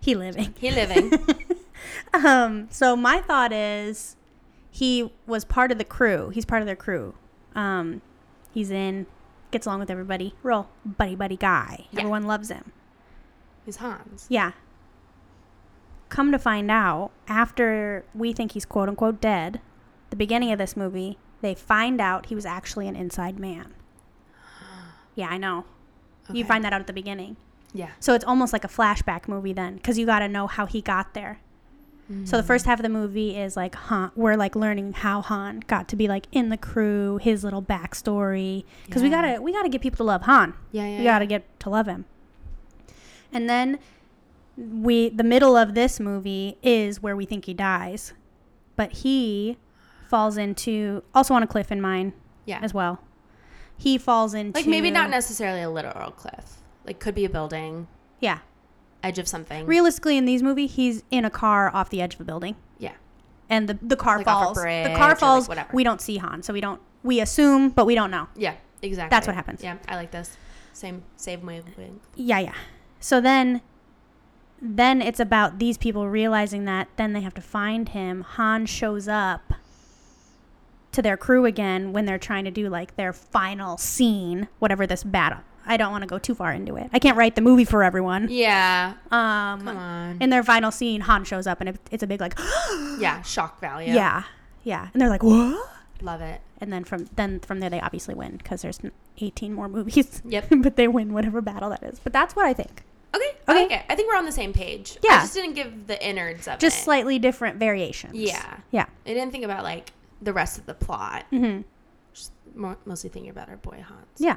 [SPEAKER 3] he,
[SPEAKER 2] living.
[SPEAKER 3] living.
[SPEAKER 2] He living.
[SPEAKER 3] Um, so my thought is, he was part of the crew. He's part of their crew. Um, he's in, gets along with everybody. Real buddy buddy guy.
[SPEAKER 2] Yeah.
[SPEAKER 3] Everyone loves him.
[SPEAKER 2] He's Hans.
[SPEAKER 3] Yeah. Come to find out, after we think he's quote unquote dead, the beginning of this movie, they find out he was actually an inside man. Yeah, I know. You
[SPEAKER 2] Okay.
[SPEAKER 3] find that out at the beginning.
[SPEAKER 2] Yeah.
[SPEAKER 3] So it's almost like a flashback movie then, because you got to know how he got there. So the first
[SPEAKER 2] Mm-hmm.
[SPEAKER 3] half of the movie is like Han, we're like learning how Han got to be like in the crew, his little backstory, because we
[SPEAKER 2] Yeah.
[SPEAKER 3] gotta we gotta get people to love Han.
[SPEAKER 2] Yeah, yeah,
[SPEAKER 3] We gotta get to love him. And then we the middle of this movie is where we think he dies, but he falls into also on a cliff in mine
[SPEAKER 2] Yeah.
[SPEAKER 3] as well. He falls into
[SPEAKER 2] like maybe not necessarily a literal cliff. Like could be a building,
[SPEAKER 3] yeah.
[SPEAKER 2] edge of something.
[SPEAKER 3] Realistically, in these movies, he's in a car off the edge of a building.
[SPEAKER 2] Yeah.
[SPEAKER 3] and the, the car
[SPEAKER 2] Like off a
[SPEAKER 3] falls. The
[SPEAKER 2] bridge or,
[SPEAKER 3] car
[SPEAKER 2] like,
[SPEAKER 3] falls.
[SPEAKER 2] whatever.
[SPEAKER 3] we don't see Han, so we don't. We assume, but we don't know.
[SPEAKER 2] Yeah. Exactly.
[SPEAKER 3] That's what happens.
[SPEAKER 2] Yeah. I like this. Same. Same way. with-
[SPEAKER 3] Yeah, yeah. So then, then it's about these people realizing that. Then they have to find him. Han shows up to their crew again when they're trying to do like their final scene, whatever this battle. I don't want to go too far into it. I can't write the movie for everyone.
[SPEAKER 2] Yeah.
[SPEAKER 3] Um,
[SPEAKER 2] Come on.
[SPEAKER 3] in their final scene, Han shows up, and it, it's a big like,
[SPEAKER 2] Yeah. Shock value.
[SPEAKER 3] yeah, yeah, and they're like, what?
[SPEAKER 2] Love it.
[SPEAKER 3] and then from then from there they obviously win because there's n- 18 more movies
[SPEAKER 2] Yep.
[SPEAKER 3] but they win whatever battle that is but that's what i think
[SPEAKER 2] Okay.
[SPEAKER 3] Okay.
[SPEAKER 2] I like it. I think we're on the same page. I
[SPEAKER 3] Yeah.
[SPEAKER 2] just didn't give the innards of
[SPEAKER 3] just
[SPEAKER 2] it.
[SPEAKER 3] slightly different variations
[SPEAKER 2] Yeah.
[SPEAKER 3] yeah
[SPEAKER 2] I didn't think about like the rest of the plot.
[SPEAKER 3] Mhm.
[SPEAKER 2] Just mo- mostly thinking about our boy Hans.
[SPEAKER 3] yeah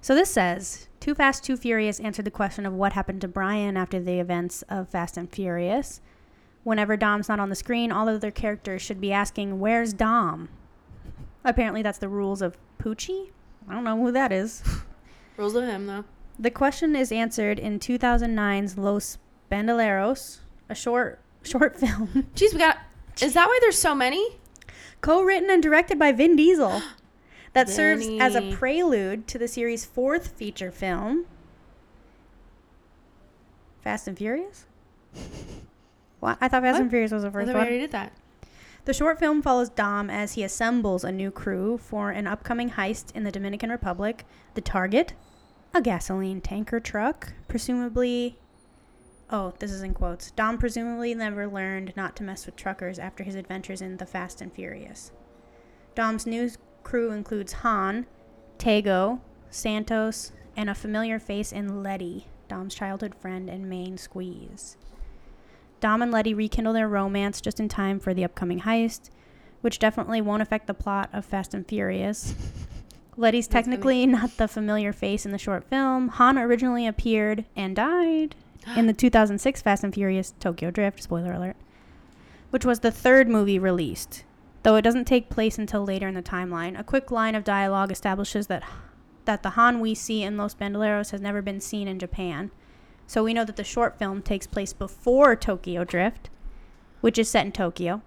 [SPEAKER 3] so this says too fast too furious answered the question of what happened to brian after the events of fast and furious whenever dom's not on the screen all other characters should be asking where's dom apparently that's the rules of poochie i don't know who that is
[SPEAKER 2] Rules of him though.
[SPEAKER 3] The question is answered in 2009's Los Bandoleros, a short short film.
[SPEAKER 2] Jeez, we got. Is that why there's so many?
[SPEAKER 3] Co-written and directed by Vin Diesel. That serves as a
[SPEAKER 2] Vinny.
[SPEAKER 3] prelude to the series' fourth feature film, Fast and Furious. What? I thought Fast
[SPEAKER 2] What?
[SPEAKER 3] and Furious was the
[SPEAKER 2] I
[SPEAKER 3] first
[SPEAKER 2] thought we
[SPEAKER 3] one.
[SPEAKER 2] already did that.
[SPEAKER 3] The short film follows Dom as he assembles a new crew for an upcoming heist in the Dominican Republic. The target, a gasoline tanker truck, presumably. Oh, this is in quotes. Dom presumably never learned not to mess with truckers after his adventures in The Fast and Furious. Dom's new crew includes Han, Tego, Santos, and a familiar face in Letty, Dom's childhood friend and main squeeze. Dom and Letty rekindle their romance just in time for the upcoming heist, which definitely won't affect the plot of Fast and Furious. Letty's
[SPEAKER 2] That's funny.
[SPEAKER 3] technically not the familiar face in the short film. Han originally appeared and died in the 2006 Fast and Furious Tokyo Drift, spoiler alert, which was the third movie released, though it doesn't take place until later in the timeline. A quick line of dialogue establishes that that the Han we see in Los Bandoleros has never been seen in Japan. So we know that the short film takes place before Tokyo Drift, which is set in Tokyo.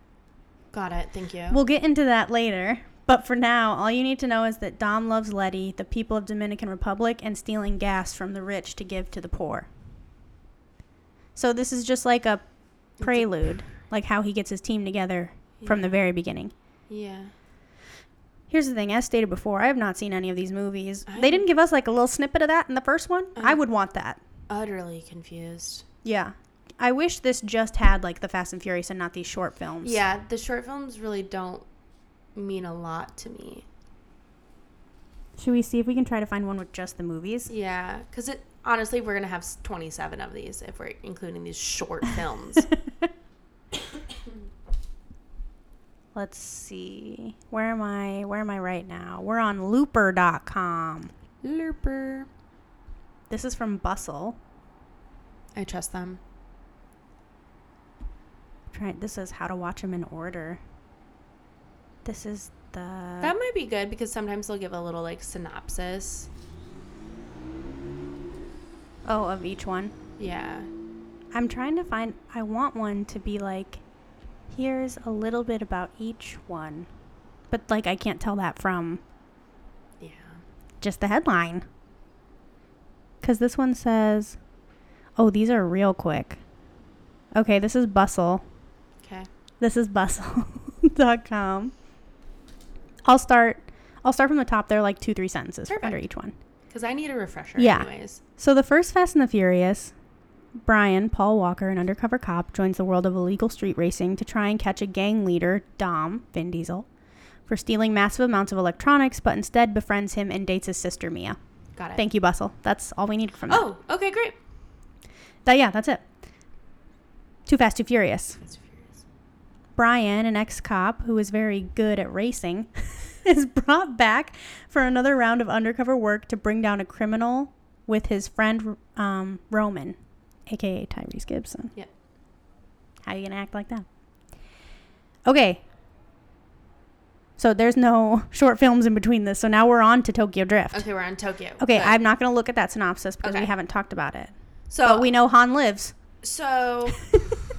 [SPEAKER 2] Got it. Thank you.
[SPEAKER 3] We'll get into that later, but for now, all you need to know is that Dom loves Letty, the people of Dominican Republic, and stealing gas from the rich to give to the poor. So this is just like a prelude, like how he gets his team together from the very beginning.
[SPEAKER 2] yeah.
[SPEAKER 3] Here's the thing, as stated before, I have not seen any of these movies.
[SPEAKER 2] I-
[SPEAKER 3] They didn't give us like a little snippet of that in the first one. I would want that.
[SPEAKER 2] Utterly confused.
[SPEAKER 3] Yeah. I wish this just had like the Fast and Furious and not these short films.
[SPEAKER 2] Yeah, the short films really don't mean a lot to me.
[SPEAKER 3] Should we see if we can try to find one with just the movies?
[SPEAKER 2] Yeah, because it honestly, we're gonna have s- 27 of these if we're including these short films.
[SPEAKER 3] Let's see. Where am I? Where am I right now? We're on looper.com.
[SPEAKER 2] Lerper.
[SPEAKER 3] This is from Bustle.
[SPEAKER 2] I trust them.
[SPEAKER 3] Try this is how to watch them in order. This is the
[SPEAKER 2] That might be good because sometimes they'll give a little like synopsis.
[SPEAKER 3] Oh, of each one.
[SPEAKER 2] Yeah.
[SPEAKER 3] I'm trying to find I want one to be like here's a little bit about each one. But like I can't tell that from
[SPEAKER 2] Yeah.
[SPEAKER 3] just the headline. Because this one says, oh, these are real quick. Okay, this is Bustle.
[SPEAKER 2] Okay.
[SPEAKER 3] This is bustle.com. I'll start. I'll start from the top. There are like two, three sentences
[SPEAKER 2] Perfect.
[SPEAKER 3] under each one.
[SPEAKER 2] Because I need a refresher.
[SPEAKER 3] Yeah.
[SPEAKER 2] Anyways.
[SPEAKER 3] So the first Fast and the Furious, Brian, Paul Walker, an undercover cop, joins the world of illegal street racing to try and catch a gang leader, Dom, Vin Diesel, for stealing massive amounts of electronics, but instead befriends him and dates his sister, Mia.
[SPEAKER 2] Got it.
[SPEAKER 3] Thank you, Bustle. That's all we needed from that.
[SPEAKER 2] Oh, okay, great.
[SPEAKER 3] That, yeah, that's it. Too Fast, Too Furious.
[SPEAKER 2] That's furious.
[SPEAKER 3] Brian, an ex cop who is very good at racing, is brought back for another round of undercover work to bring down a criminal with his friend um, Roman, aka Tyrese Gibson.
[SPEAKER 2] Yep.
[SPEAKER 3] How you gonna act like that? Okay. So there's no short films in between this. So now we're on to Tokyo Drift. Okay,
[SPEAKER 2] Okay, we're on Tokyo. Good.
[SPEAKER 3] I'm not gonna look at that synopsis because we
[SPEAKER 2] Okay.
[SPEAKER 3] haven't talked about it.
[SPEAKER 2] so
[SPEAKER 3] But we know Han lives.
[SPEAKER 2] So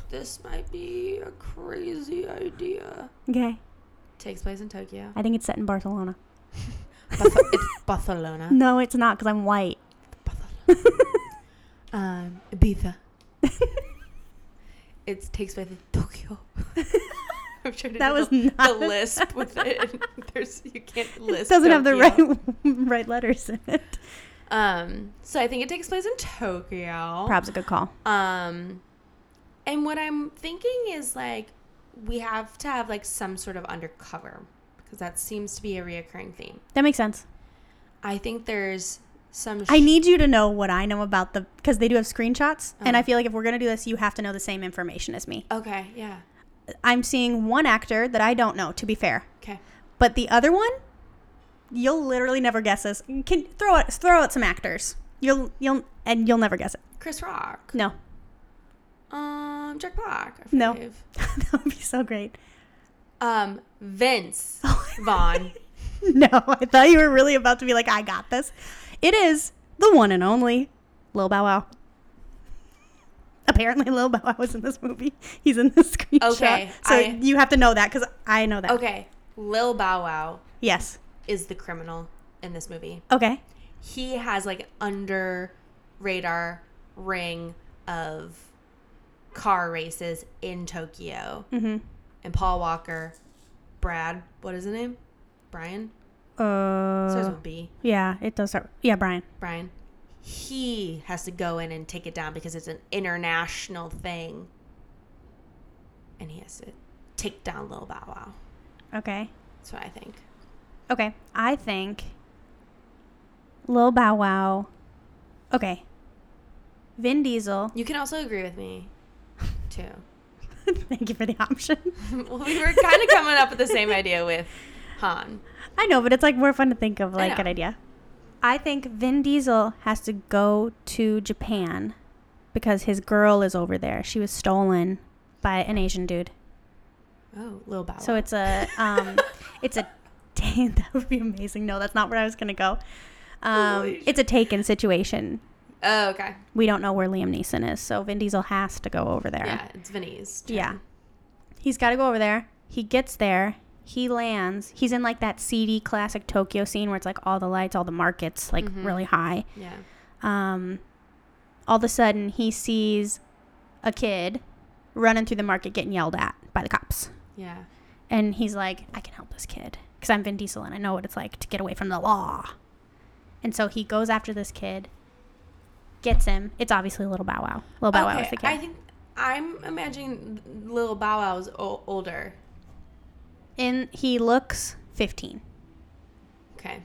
[SPEAKER 2] this might be a crazy idea.
[SPEAKER 3] Okay.
[SPEAKER 2] Takes place in Tokyo.
[SPEAKER 3] I think it's set in Barcelona.
[SPEAKER 2] Barth- it's Barcelona.
[SPEAKER 3] No, it's not because I'm white.
[SPEAKER 2] Barcelona. Um, Ibiza. It takes place in Tokyo. I'm trying to
[SPEAKER 3] That
[SPEAKER 2] do
[SPEAKER 3] was
[SPEAKER 2] the,
[SPEAKER 3] not-
[SPEAKER 2] the lisp with it. There's you can't
[SPEAKER 3] It
[SPEAKER 2] lisp.
[SPEAKER 3] doesn't have the
[SPEAKER 2] Tokyo.
[SPEAKER 3] right right letters in it.
[SPEAKER 2] Um, so I think it takes place in Tokyo.
[SPEAKER 3] Prob's a good call.
[SPEAKER 2] Um, and what I'm thinking is like we have to have like some sort of undercover because that seems to be a reoccurring theme.
[SPEAKER 3] That makes sense.
[SPEAKER 2] I think there's some.
[SPEAKER 3] I need you to know what I know about the because they do have screenshots, and I
[SPEAKER 2] Uh-huh.
[SPEAKER 3] feel like if we're gonna do this, you have to know the same information as me.
[SPEAKER 2] Okay. Yeah.
[SPEAKER 3] I'm seeing one actor that I don't know. To be fair,
[SPEAKER 2] Okay.
[SPEAKER 3] but the other one, you'll literally never guess this. Can throw out throw out some actors. You'll you'll and you'll never guess it.
[SPEAKER 2] Chris Rock.
[SPEAKER 3] No,
[SPEAKER 2] Um, Jack Black. I
[SPEAKER 3] Hmm. No.
[SPEAKER 2] forgive.
[SPEAKER 3] that would be so great.
[SPEAKER 2] Um, Vince
[SPEAKER 3] Oh.
[SPEAKER 2] Vaughn.
[SPEAKER 3] No, I thought you were really about to be like, I got this. It is the one and only Lil Bow Wow. apparently Lil Bow Wow was in this movie. He's in this screenshot.
[SPEAKER 2] Okay,
[SPEAKER 3] So
[SPEAKER 2] I-
[SPEAKER 3] you have to know that because I know that.
[SPEAKER 2] Okay, Lil Bow Wow
[SPEAKER 3] Yes.
[SPEAKER 2] is the criminal in this movie.
[SPEAKER 3] Okay.
[SPEAKER 2] He has like under radar ring of car races in Tokyo.
[SPEAKER 3] Mhm.
[SPEAKER 2] And Paul Walker, Brad, what is his name? Brian? Starts
[SPEAKER 3] Uh,
[SPEAKER 2] with B.
[SPEAKER 3] yeah, it does start. Yeah, Brian.
[SPEAKER 2] Brian. He has to go in and take it down because it's an international thing. And he has to take down Lil Bow Wow.
[SPEAKER 3] Okay.
[SPEAKER 2] That's what I think.
[SPEAKER 3] Okay. I think Lil Bow Wow. Okay. Vin Diesel.
[SPEAKER 2] You can also agree with me, too.
[SPEAKER 3] Thank you for the option.
[SPEAKER 2] well, we were kind of coming up with the same idea with Han.
[SPEAKER 3] I know, but it's like more fun to think of like an
[SPEAKER 2] know.
[SPEAKER 3] idea. I think Vin Diesel has to go to Japan because his girl is over there. She was stolen by an Asian dude.
[SPEAKER 2] Oh, Lil Bow Wow.
[SPEAKER 3] So it's a um, it's a dang, that would be amazing. No, that's not where I was gonna go. Um, it's a taken situation.
[SPEAKER 2] Oh, okay.
[SPEAKER 3] We don't know where Liam Neeson is, so Vin Diesel has to go over there.
[SPEAKER 2] Yeah, it's Vinny's.
[SPEAKER 3] Yeah. He's got to go over there. He gets there. He lands. He's in like that seedy classic Tokyo scene where it's like all the lights, all the markets like really high.
[SPEAKER 2] Yeah.
[SPEAKER 3] Um all of a sudden he sees a kid running through the market getting yelled at by the cops.
[SPEAKER 2] Yeah.
[SPEAKER 3] And he's like, "I can help this kid cuz I'm Vin Diesel and I know what it's like to get away from the law." And so he goes after this kid. Gets him. It's obviously Little Bow Wow. Little Bow Wow is the kid.
[SPEAKER 2] I think I'm imagining Lil Bow Wow's o- older.
[SPEAKER 3] and he looks 15.
[SPEAKER 2] Okay.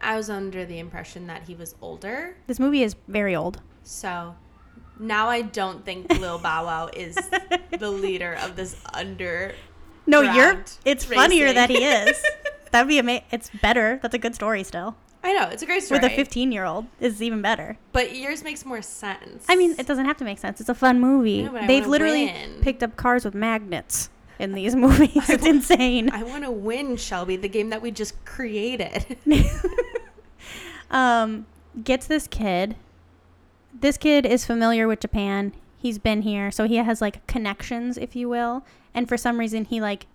[SPEAKER 2] I was under the impression that he was older.
[SPEAKER 3] This movie is very old.
[SPEAKER 2] So now I don't think Lil Bow Wow is the leader of this under.
[SPEAKER 3] No,
[SPEAKER 2] Drowned
[SPEAKER 3] you're. It's funnier
[SPEAKER 2] racing.
[SPEAKER 3] that he is. That'd be amazing. It's better. That's a good story still.
[SPEAKER 2] I know, it's a great story.
[SPEAKER 3] With a 15 year old is even better.
[SPEAKER 2] But yours makes more sense.
[SPEAKER 3] I mean, it doesn't have to make sense. It's a fun movie.
[SPEAKER 2] know, but I
[SPEAKER 3] They've
[SPEAKER 2] wanna
[SPEAKER 3] literally
[SPEAKER 2] win.
[SPEAKER 3] picked up cars with magnets in these movies. it's insane.
[SPEAKER 2] I want to win, Shelby, the game that we just created.
[SPEAKER 3] um, gets this kid. This kid is familiar with Japan. He's been here, so he has like connections, if you will. And for some reason, he like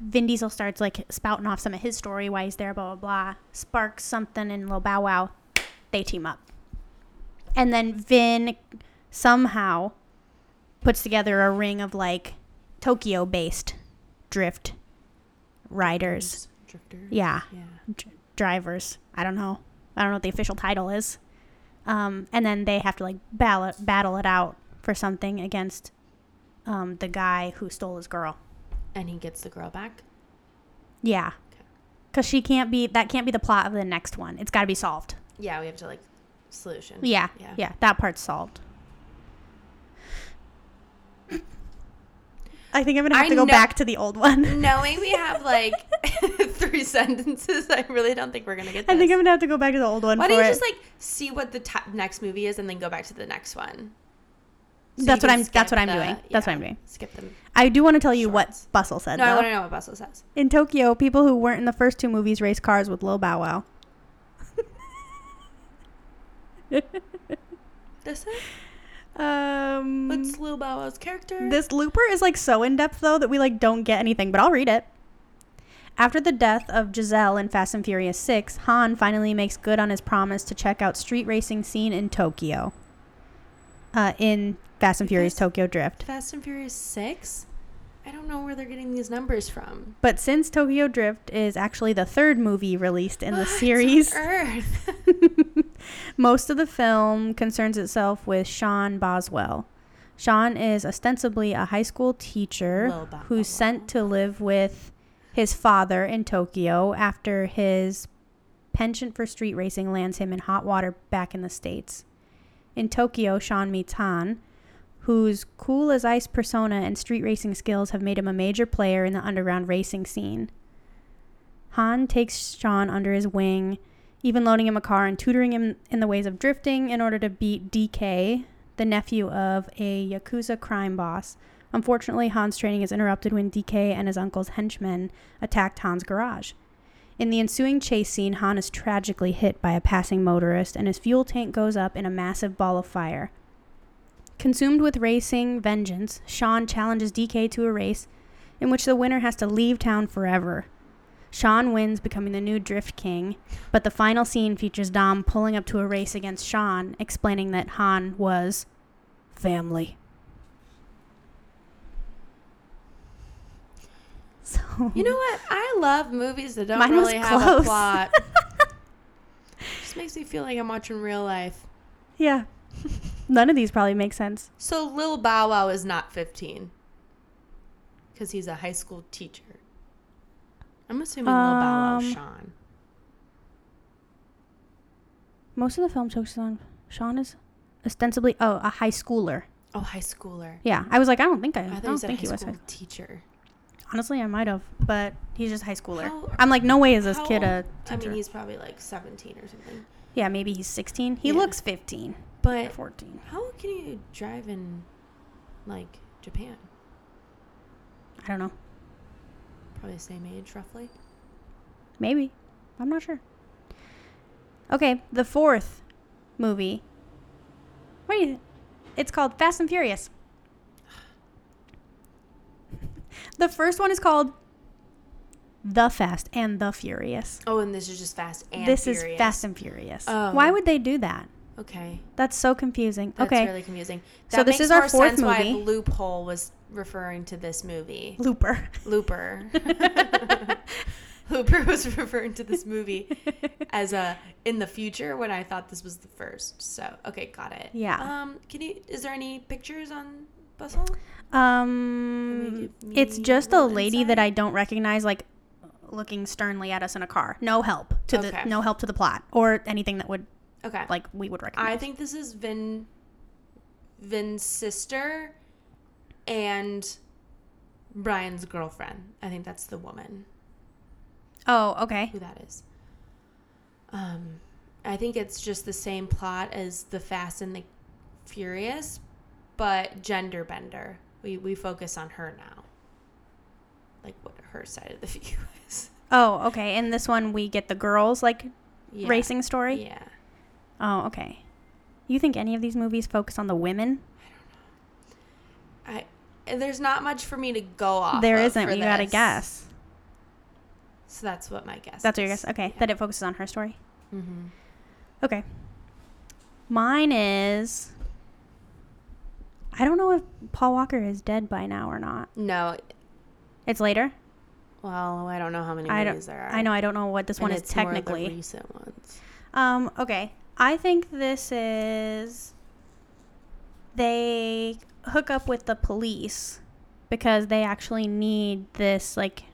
[SPEAKER 3] Vin Diesel starts like spouting off some of his story why he's there, blah blah blah. Sparks something in Lil Bow Wow. They team up, and then Vin somehow puts together a ring of like Tokyo-based drift riders.
[SPEAKER 2] Drifter.
[SPEAKER 3] Yeah
[SPEAKER 2] Yeah.
[SPEAKER 3] dr- drivers. I don't know. I don't know what the official title is. Um, and then they have to like battle battle it out for something against um, the guy who stole his girl.
[SPEAKER 2] And he gets the girl back.
[SPEAKER 3] Yeah,
[SPEAKER 2] Okay.
[SPEAKER 3] because she can't be. That can't be the plot of the next one. It's got to be solved.
[SPEAKER 2] Yeah, we have to like solution.
[SPEAKER 3] Yeah, yeah,
[SPEAKER 2] Yeah.
[SPEAKER 3] That part's solved. I think I'm gonna have
[SPEAKER 2] I
[SPEAKER 3] to go
[SPEAKER 2] know-
[SPEAKER 3] back to the old one.
[SPEAKER 2] Knowing we have like three sentences, I really don't think we're gonna get. This.
[SPEAKER 3] I think I'm gonna have to go back to the old one.
[SPEAKER 2] Why
[SPEAKER 3] for
[SPEAKER 2] don't you
[SPEAKER 3] it.
[SPEAKER 2] just like see what the t- next movie is and then go back to the next one? So
[SPEAKER 3] That's
[SPEAKER 2] you
[SPEAKER 3] what
[SPEAKER 2] can
[SPEAKER 3] I'm- that's
[SPEAKER 2] skip
[SPEAKER 3] what I'm doing. That's what I'm doing.
[SPEAKER 2] Skip them.
[SPEAKER 3] I do want to tell you what
[SPEAKER 2] Shorts.
[SPEAKER 3] Bustle said.
[SPEAKER 2] No, I
[SPEAKER 3] though.
[SPEAKER 2] want to know what Bustle says.
[SPEAKER 3] In Tokyo, people who weren't in the first two movies race cars with Lil Bow Wow.
[SPEAKER 2] This is
[SPEAKER 3] Um,
[SPEAKER 2] what's Lil Bow Wow's character?
[SPEAKER 3] this looper is like so in depth though that we like don't get anything, but I'll read it. After the death of Giselle in Fast and Furious 6, Han finally makes good on his promise to check out street racing scene in Tokyo. Uh, in Fast and Furious
[SPEAKER 2] Fast-
[SPEAKER 3] Tokyo Drift.
[SPEAKER 2] Fast and Furious Six. I don't know where they're getting these numbers from.
[SPEAKER 3] But since Tokyo Drift is actually the third movie released in the
[SPEAKER 2] What on
[SPEAKER 3] series,
[SPEAKER 2] Earth.
[SPEAKER 3] Most of the film concerns itself with Sean Boswell. Sean is ostensibly a high school
[SPEAKER 2] Lil
[SPEAKER 3] teacher
[SPEAKER 2] Bow Wow.
[SPEAKER 3] who's sent to live with his father in Tokyo after his penchant for street racing lands him in hot water back in the States. In Tokyo, Sean meets Han, whose cool as ice persona and street racing skills have made him a major player in the underground racing scene. Han takes Sean under his wing, even loaning him a car and tutoring him in the ways of drifting in order to beat DK, the nephew of a Yakuza crime boss. Unfortunately, Han's training is interrupted when DK and his uncle's henchmen attacked Han's garage. In the ensuing chase scene, Han is tragically hit by a passing motorist and his fuel tank goes up in a massive ball of fire. Consumed with racing vengeance, Sean challenges DK to a race in which the winner has to leave town forever. Sean wins, becoming the new Drift King, but the final scene features Dom pulling up to a race against Sean, explaining that Han was family. So
[SPEAKER 2] You know what? I love movies that don't
[SPEAKER 3] Mine was
[SPEAKER 2] really have a
[SPEAKER 3] close.
[SPEAKER 2] plot. Just makes me feel like I'm watching real life.
[SPEAKER 3] yeah, none of these probably make sense.
[SPEAKER 2] So Lil Bow Wow is not 15 because he's a high school teacher. I'm assuming Lil Bow Wow
[SPEAKER 3] Um,
[SPEAKER 2] Sean.
[SPEAKER 3] Most of the film focuses on Sean is ostensibly oh a high schooler.
[SPEAKER 2] Oh, high schooler.
[SPEAKER 3] Yeah, I was like, I don't think I,
[SPEAKER 2] I
[SPEAKER 3] I
[SPEAKER 2] thought he
[SPEAKER 3] don't
[SPEAKER 2] was a high
[SPEAKER 3] think he
[SPEAKER 2] school
[SPEAKER 3] was. High.
[SPEAKER 2] teacher.
[SPEAKER 3] Honestly, I might have, but he's just high schooler.
[SPEAKER 2] How-
[SPEAKER 3] I'm like, no way is this
[SPEAKER 2] How
[SPEAKER 3] kid a
[SPEAKER 2] old- I
[SPEAKER 3] teacher.
[SPEAKER 2] mean, he's probably like 17 or something.
[SPEAKER 3] yeah, maybe he's 16. He
[SPEAKER 2] Yeah.
[SPEAKER 3] looks 15 or
[SPEAKER 2] But
[SPEAKER 3] 14.
[SPEAKER 2] how can you drive in like Japan?
[SPEAKER 3] I don't know.
[SPEAKER 2] Probably the same age, roughly.
[SPEAKER 3] Maybe. I'm not sure. Okay, the fourth movie. What do you? It's called Fast and Furious. the first one is called The Fast and the Furious.
[SPEAKER 2] Oh, and this is just fast and
[SPEAKER 3] this is
[SPEAKER 2] furious.
[SPEAKER 3] Fast and Furious.
[SPEAKER 2] Oh.
[SPEAKER 3] Why would they do that?
[SPEAKER 2] Okay.
[SPEAKER 3] That's so confusing.
[SPEAKER 2] That's
[SPEAKER 3] okay,
[SPEAKER 2] really confusing.
[SPEAKER 3] So
[SPEAKER 2] That
[SPEAKER 3] this
[SPEAKER 2] makes
[SPEAKER 3] is our
[SPEAKER 2] more
[SPEAKER 3] fourth
[SPEAKER 2] sense why
[SPEAKER 3] movie.
[SPEAKER 2] loophole was referring to this movie.
[SPEAKER 3] Looper.
[SPEAKER 2] Looper. Looper was referring to this movie as a in the future when I thought this was the first. So okay, got it.
[SPEAKER 3] Yeah.
[SPEAKER 2] Um, can you? Is there any pictures on Bustle?
[SPEAKER 3] Um,
[SPEAKER 2] Can we give
[SPEAKER 3] it's
[SPEAKER 2] me
[SPEAKER 3] just a
[SPEAKER 2] a little
[SPEAKER 3] lady
[SPEAKER 2] insight?
[SPEAKER 3] that I don't recognize, like looking sternly at us in a car. No help to
[SPEAKER 2] Okay.
[SPEAKER 3] the no help to the plot or anything that would
[SPEAKER 2] Okay.
[SPEAKER 3] like we would recognize.
[SPEAKER 2] I think this is Vin. Vin's sister, and Brian's girlfriend. I think that's the woman.
[SPEAKER 3] oh, okay.
[SPEAKER 2] who that is. Um, I think it's just the same plot as the Fast and the Furious, but gender bender. We we focus on her now, like what her side of the view is.
[SPEAKER 3] Oh, okay. And this one we get the girls like
[SPEAKER 2] Yeah.
[SPEAKER 3] racing story.
[SPEAKER 2] Yeah,
[SPEAKER 3] Oh, okay. You think any of these movies focus on the women?
[SPEAKER 2] I and there's not much for me to go off.
[SPEAKER 3] there
[SPEAKER 2] of
[SPEAKER 3] isn't.
[SPEAKER 2] for
[SPEAKER 3] We gotta
[SPEAKER 2] this.
[SPEAKER 3] guess.
[SPEAKER 2] So that's what my guess.
[SPEAKER 3] That's your
[SPEAKER 2] is.
[SPEAKER 3] guess. Okay,
[SPEAKER 2] Yeah.
[SPEAKER 3] that it focuses on her story.
[SPEAKER 2] Mm-hmm.
[SPEAKER 3] Okay. Mine is. I don't know if Paul Walker is dead by now or not.
[SPEAKER 2] No,
[SPEAKER 3] It's later.
[SPEAKER 2] well, I don't know how many
[SPEAKER 3] I
[SPEAKER 2] movies
[SPEAKER 3] don't.
[SPEAKER 2] there are.
[SPEAKER 3] I know. I don't know what this one
[SPEAKER 2] And
[SPEAKER 3] is
[SPEAKER 2] it's more the
[SPEAKER 3] technically.
[SPEAKER 2] recent ones.
[SPEAKER 3] Um. Okay. I think this is. They hook up with the police because they actually need this like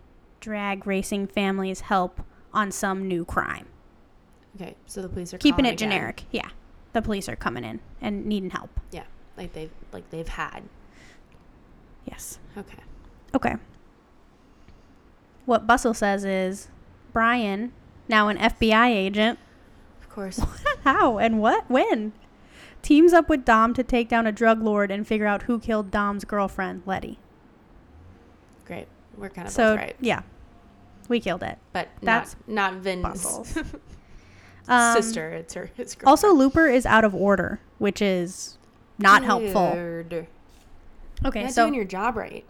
[SPEAKER 3] drag racing family's help on some new crime.
[SPEAKER 2] Okay, so the police are
[SPEAKER 3] Keeping
[SPEAKER 2] calling
[SPEAKER 3] it
[SPEAKER 2] again.
[SPEAKER 3] generic. Yeah. The police are coming in and needing help.
[SPEAKER 2] Yeah, like they've like they've had.
[SPEAKER 3] Yes.
[SPEAKER 2] Okay.
[SPEAKER 3] Okay. What Bustle says is Brian, now an FBI agent,
[SPEAKER 2] Of course.
[SPEAKER 3] how and what when, teams up with Dom to take down a drug lord and figure out who killed Dom's girlfriend, Letty.
[SPEAKER 2] Great. We're kind of
[SPEAKER 3] so,
[SPEAKER 2] both right.
[SPEAKER 3] yeah, we killed it.
[SPEAKER 2] But
[SPEAKER 3] that's
[SPEAKER 2] not, not Vin's
[SPEAKER 3] Bustles. Um,
[SPEAKER 2] sister. It's her his girl.
[SPEAKER 3] Also, Looper is out of order, which is not helpful. Okay,
[SPEAKER 2] Not
[SPEAKER 3] so
[SPEAKER 2] doing your job right.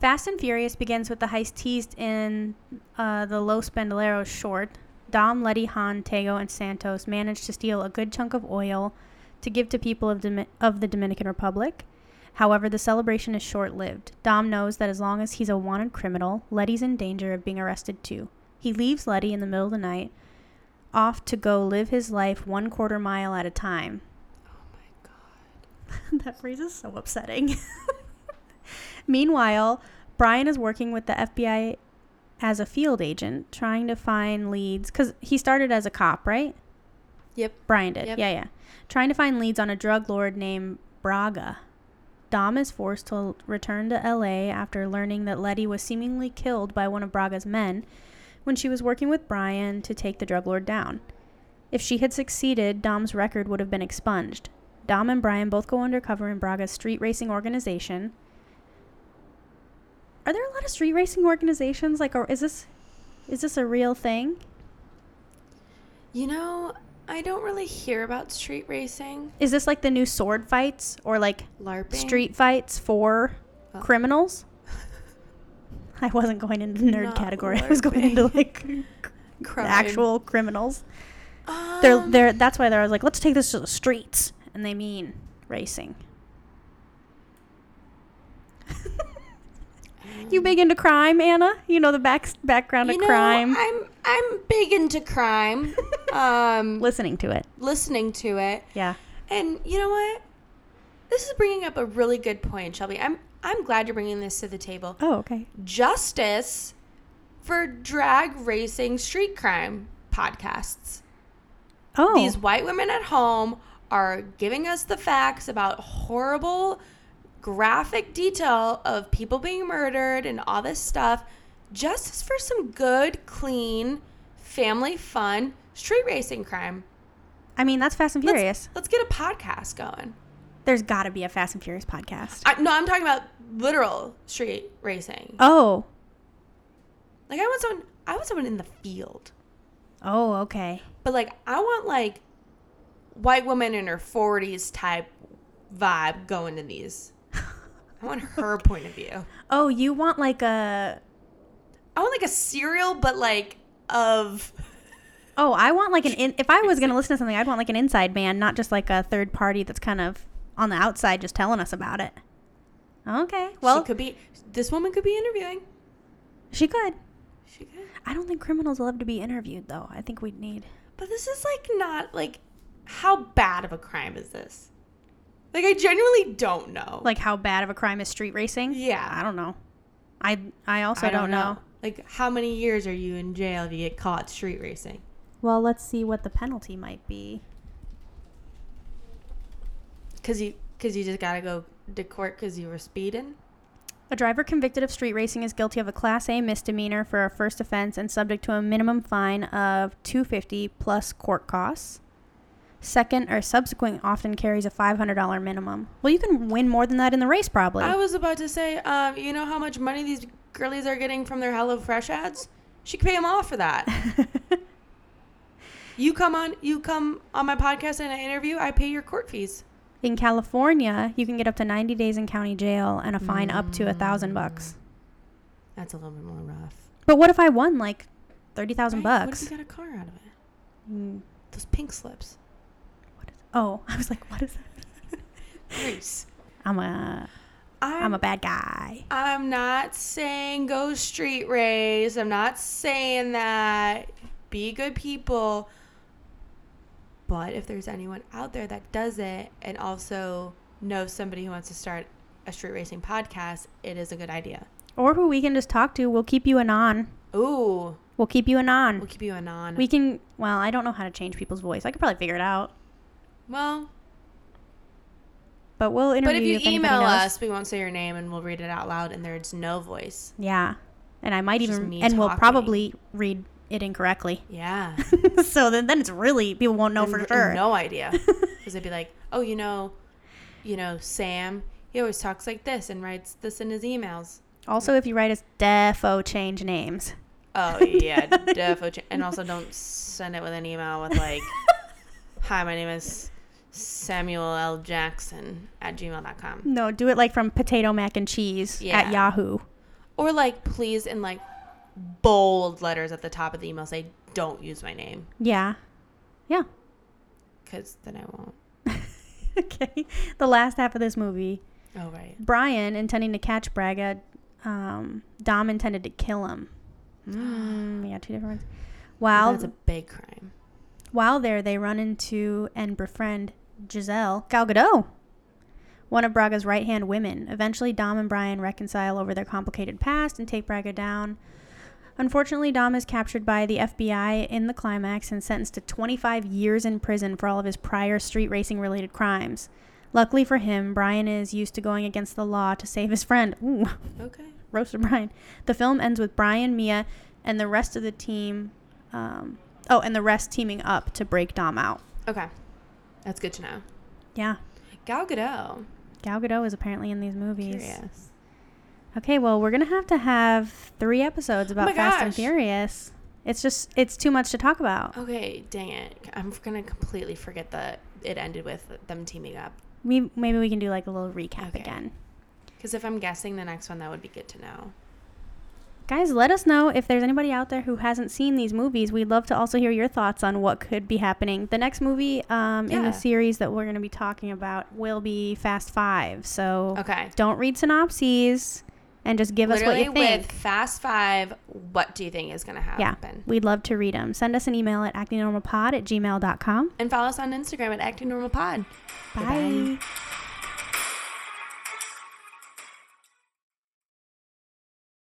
[SPEAKER 3] Fast and Furious begins with the heist teased in uh, the Los Bandoleros short. Dom, Letty, Han, Tego, and Santos manage to steal a good chunk of oil to give to people of, Domi- of the Dominican Republic. However, the celebration is short lived. Dom knows that as long as he's a wanted criminal, Letty's in danger of being arrested too. He leaves Letty in the middle of the night off to go live his life one quarter mile at a time
[SPEAKER 2] Oh my god.
[SPEAKER 3] that phrase is so upsetting. Meanwhile, Brian is working with the FBI as a field agent, trying to find leads because he started as a cop, right?
[SPEAKER 2] Yep.
[SPEAKER 3] Brian did.
[SPEAKER 2] Yep.
[SPEAKER 3] Yeah, yeah. Trying to find leads on a drug lord named Braga. Dom is forced to return to LA after learning that Letty was seemingly killed by one of Braga's men when she was working with Brian to take the drug lord down. If she had succeeded, Dom's record would have been expunged. Dom and Brian both go undercover in Braga's street racing organization. Are there a lot of street racing organizations? Like, or is this is this a real thing?
[SPEAKER 2] You know, I don't really hear about street racing,
[SPEAKER 3] Is this like the new sword fights or like
[SPEAKER 2] LARPing.
[SPEAKER 3] street fights for
[SPEAKER 2] Oh.
[SPEAKER 3] criminals? I wasn't going into the nerd
[SPEAKER 2] Not
[SPEAKER 3] category. I was going into
[SPEAKER 2] LARPing.
[SPEAKER 3] like
[SPEAKER 2] Crime.
[SPEAKER 3] actual criminals.
[SPEAKER 2] Um,
[SPEAKER 3] They're they're that's why they're always like, let's take this to the streets, and they mean racing. you big into crime, Anna? You know the back background
[SPEAKER 2] Um.
[SPEAKER 3] of
[SPEAKER 2] you know,
[SPEAKER 3] crime.
[SPEAKER 2] I'm I'm big into crime. um,
[SPEAKER 3] Listening to it,
[SPEAKER 2] listening to it,
[SPEAKER 3] yeah.
[SPEAKER 2] and you know what? This is bringing up a really good point, Shelby. I'm I'm glad you're bringing this to the table.
[SPEAKER 3] Oh, okay.
[SPEAKER 2] Justice for drag racing street crime podcasts.
[SPEAKER 3] Oh,
[SPEAKER 2] These white women at home are giving us the facts about horrible, graphic detail of people being murdered and all this stuff. Justice for some good, clean, family fun street racing crime.
[SPEAKER 3] I mean that's Fast and
[SPEAKER 2] Let's-
[SPEAKER 3] Furious.
[SPEAKER 2] Let's, get a podcast going.
[SPEAKER 3] There's got to be a Fast and Furious podcast.
[SPEAKER 2] I, no, I'm talking about literal street racing.
[SPEAKER 3] oh,
[SPEAKER 2] Like I want someone, I want someone in the field.
[SPEAKER 3] oh, okay.
[SPEAKER 2] But like I want like white woman in her forties type vibe going to these. I want her point of view.
[SPEAKER 3] Oh, you want like a?
[SPEAKER 2] I want like a serial, but like of
[SPEAKER 3] Oh, I want like an. In, if I was gonna listen to something, I'd want like an inside man, not just like a third party that's kind of on the outside, just telling us about it. Okay.
[SPEAKER 2] well,
[SPEAKER 3] Well,
[SPEAKER 2] she could be this woman could be interviewing.
[SPEAKER 3] She could.
[SPEAKER 2] She could.
[SPEAKER 3] I don't think criminals love to be interviewed, though. I think we'd need.
[SPEAKER 2] But this is like not like how bad of a crime is this? Like I genuinely don't know.
[SPEAKER 3] Like how bad of a crime is street racing?
[SPEAKER 2] Yeah.
[SPEAKER 3] I don't know. I I also don't, know.
[SPEAKER 2] Like how many years are you in jail if you get caught street racing?
[SPEAKER 3] Well, let's see what the penalty might be.
[SPEAKER 2] Cause you cause you just gotta go to court because you were speeding.
[SPEAKER 3] A driver convicted of street racing is guilty of a Class A misdemeanor for a first offense and subject to a minimum fine of 250 plus court costs. Second or subsequent often carries a $500 minimum. Well, you can win more than that in the race, probably.
[SPEAKER 2] I was about to say, um, you know how much money these girlies are getting from their HelloFresh ads? She could pay them off for that. you come on, you come on my podcast and I interview. I pay your court fees.
[SPEAKER 3] In California, you can get up to 90 days in county jail and a fine up to a thousand bucks.
[SPEAKER 2] Mm. That's a little bit more rough.
[SPEAKER 3] But what if I won like thirty thousand
[SPEAKER 2] Right? What
[SPEAKER 3] bucks?
[SPEAKER 2] if you got a car out of it?
[SPEAKER 3] Mm,
[SPEAKER 2] Those pink slips.
[SPEAKER 3] Oh, I was like, what is that?
[SPEAKER 2] Grace.
[SPEAKER 3] I'm a
[SPEAKER 2] I'm,
[SPEAKER 3] I'm a bad guy.
[SPEAKER 2] I'm not saying go street race. I'm not saying that. Be good people. But if there's anyone out there that does it and also knows somebody who wants to start a street racing podcast, it is a good idea.
[SPEAKER 3] Or who we can just talk to. We'll keep you anon.
[SPEAKER 2] Ooh,
[SPEAKER 3] We'll keep you
[SPEAKER 2] we'll
[SPEAKER 3] anon.
[SPEAKER 2] keep you anon.
[SPEAKER 3] We can. Well, I don't know how to change people's voice. I could probably figure it out.
[SPEAKER 2] well,
[SPEAKER 3] But we'll interview
[SPEAKER 2] but if you
[SPEAKER 3] anybody
[SPEAKER 2] email
[SPEAKER 3] knows.
[SPEAKER 2] us, we won't say your name and we'll read it out loud and there's no voice.
[SPEAKER 3] yeah. And I might
[SPEAKER 2] It's just
[SPEAKER 3] even
[SPEAKER 2] me
[SPEAKER 3] and we'll
[SPEAKER 2] talking.
[SPEAKER 3] probably read it incorrectly.
[SPEAKER 2] Yeah.
[SPEAKER 3] so then, then it's really people won't know for
[SPEAKER 2] n-
[SPEAKER 3] sure.
[SPEAKER 2] No idea. Because they'd be like, oh, you know, you know, Sam, he always talks like this and writes this in his emails.
[SPEAKER 3] Also, if you write us defo change names.
[SPEAKER 2] Oh yeah, definitely. And also, don't send it with an email with like, "Hi, my name is Samuel L. Jackson at gmail.com.
[SPEAKER 3] No, do it like from potato mac and cheese
[SPEAKER 2] Yeah.
[SPEAKER 3] at Yahoo.
[SPEAKER 2] or like, please, in like bold letters at the top of the email, say, "Don't use my name,"
[SPEAKER 3] Yeah. Yeah.
[SPEAKER 2] because then I won't.
[SPEAKER 3] okay. The last half of this movie,
[SPEAKER 2] Oh right.
[SPEAKER 3] Brian intending to catch Braga, um, Dom intended to kill him. Mm, yeah, two different ones. While
[SPEAKER 2] That's a big crime.
[SPEAKER 3] while there, they run into and befriend Giselle Gal Gadot, one of Braga's right hand women. Eventually, Dom and Brian reconcile over their complicated past and take Braga down. Unfortunately, Dom is captured by the FBI in the climax and sentenced to 25 years in prison for all of his prior street racing related crimes. Luckily for him, Brian is used to going against the law to save his friend. Ooh
[SPEAKER 2] Okay.
[SPEAKER 3] roasted Brian. The film ends with Brian, Mia, and the rest of the team. Um, oh, and the rest teaming up to break Dom out.
[SPEAKER 2] Okay. That's good to know.
[SPEAKER 3] Yeah,
[SPEAKER 2] Gal Gadot.
[SPEAKER 3] Gal Gadot is apparently in these movies.
[SPEAKER 2] Curious.
[SPEAKER 3] Okay, well, we're gonna have to have three episodes about
[SPEAKER 2] Oh my
[SPEAKER 3] Fast and
[SPEAKER 2] gosh. Oh.
[SPEAKER 3] Furious. It's just it's too much to talk about.
[SPEAKER 2] Okay, dang it. I'm gonna completely forget that it ended with them teaming up.
[SPEAKER 3] We maybe we can do like a little recap
[SPEAKER 2] Okay.
[SPEAKER 3] again.
[SPEAKER 2] Because if I'm guessing the next one, that would be good to know.
[SPEAKER 3] Guys, let us know if there's anybody out there who hasn't seen these movies. We'd love to also hear your thoughts on what could be happening. The next movie um, in
[SPEAKER 2] Yeah.
[SPEAKER 3] the series that we're going to be talking about will be Fast Five. So
[SPEAKER 2] Okay.
[SPEAKER 3] don't read synopses and just give us what
[SPEAKER 2] Literally
[SPEAKER 3] you think.
[SPEAKER 2] with Fast Five, what do you think is gonna
[SPEAKER 3] yeah,
[SPEAKER 2] happen?
[SPEAKER 3] we'd love to read them. Send us an email at actingnormalpod at gmail.com.
[SPEAKER 2] And follow us on Instagram at Acting Normal Pod.
[SPEAKER 3] Bye.
[SPEAKER 2] Goodbye.
[SPEAKER 3] Bye.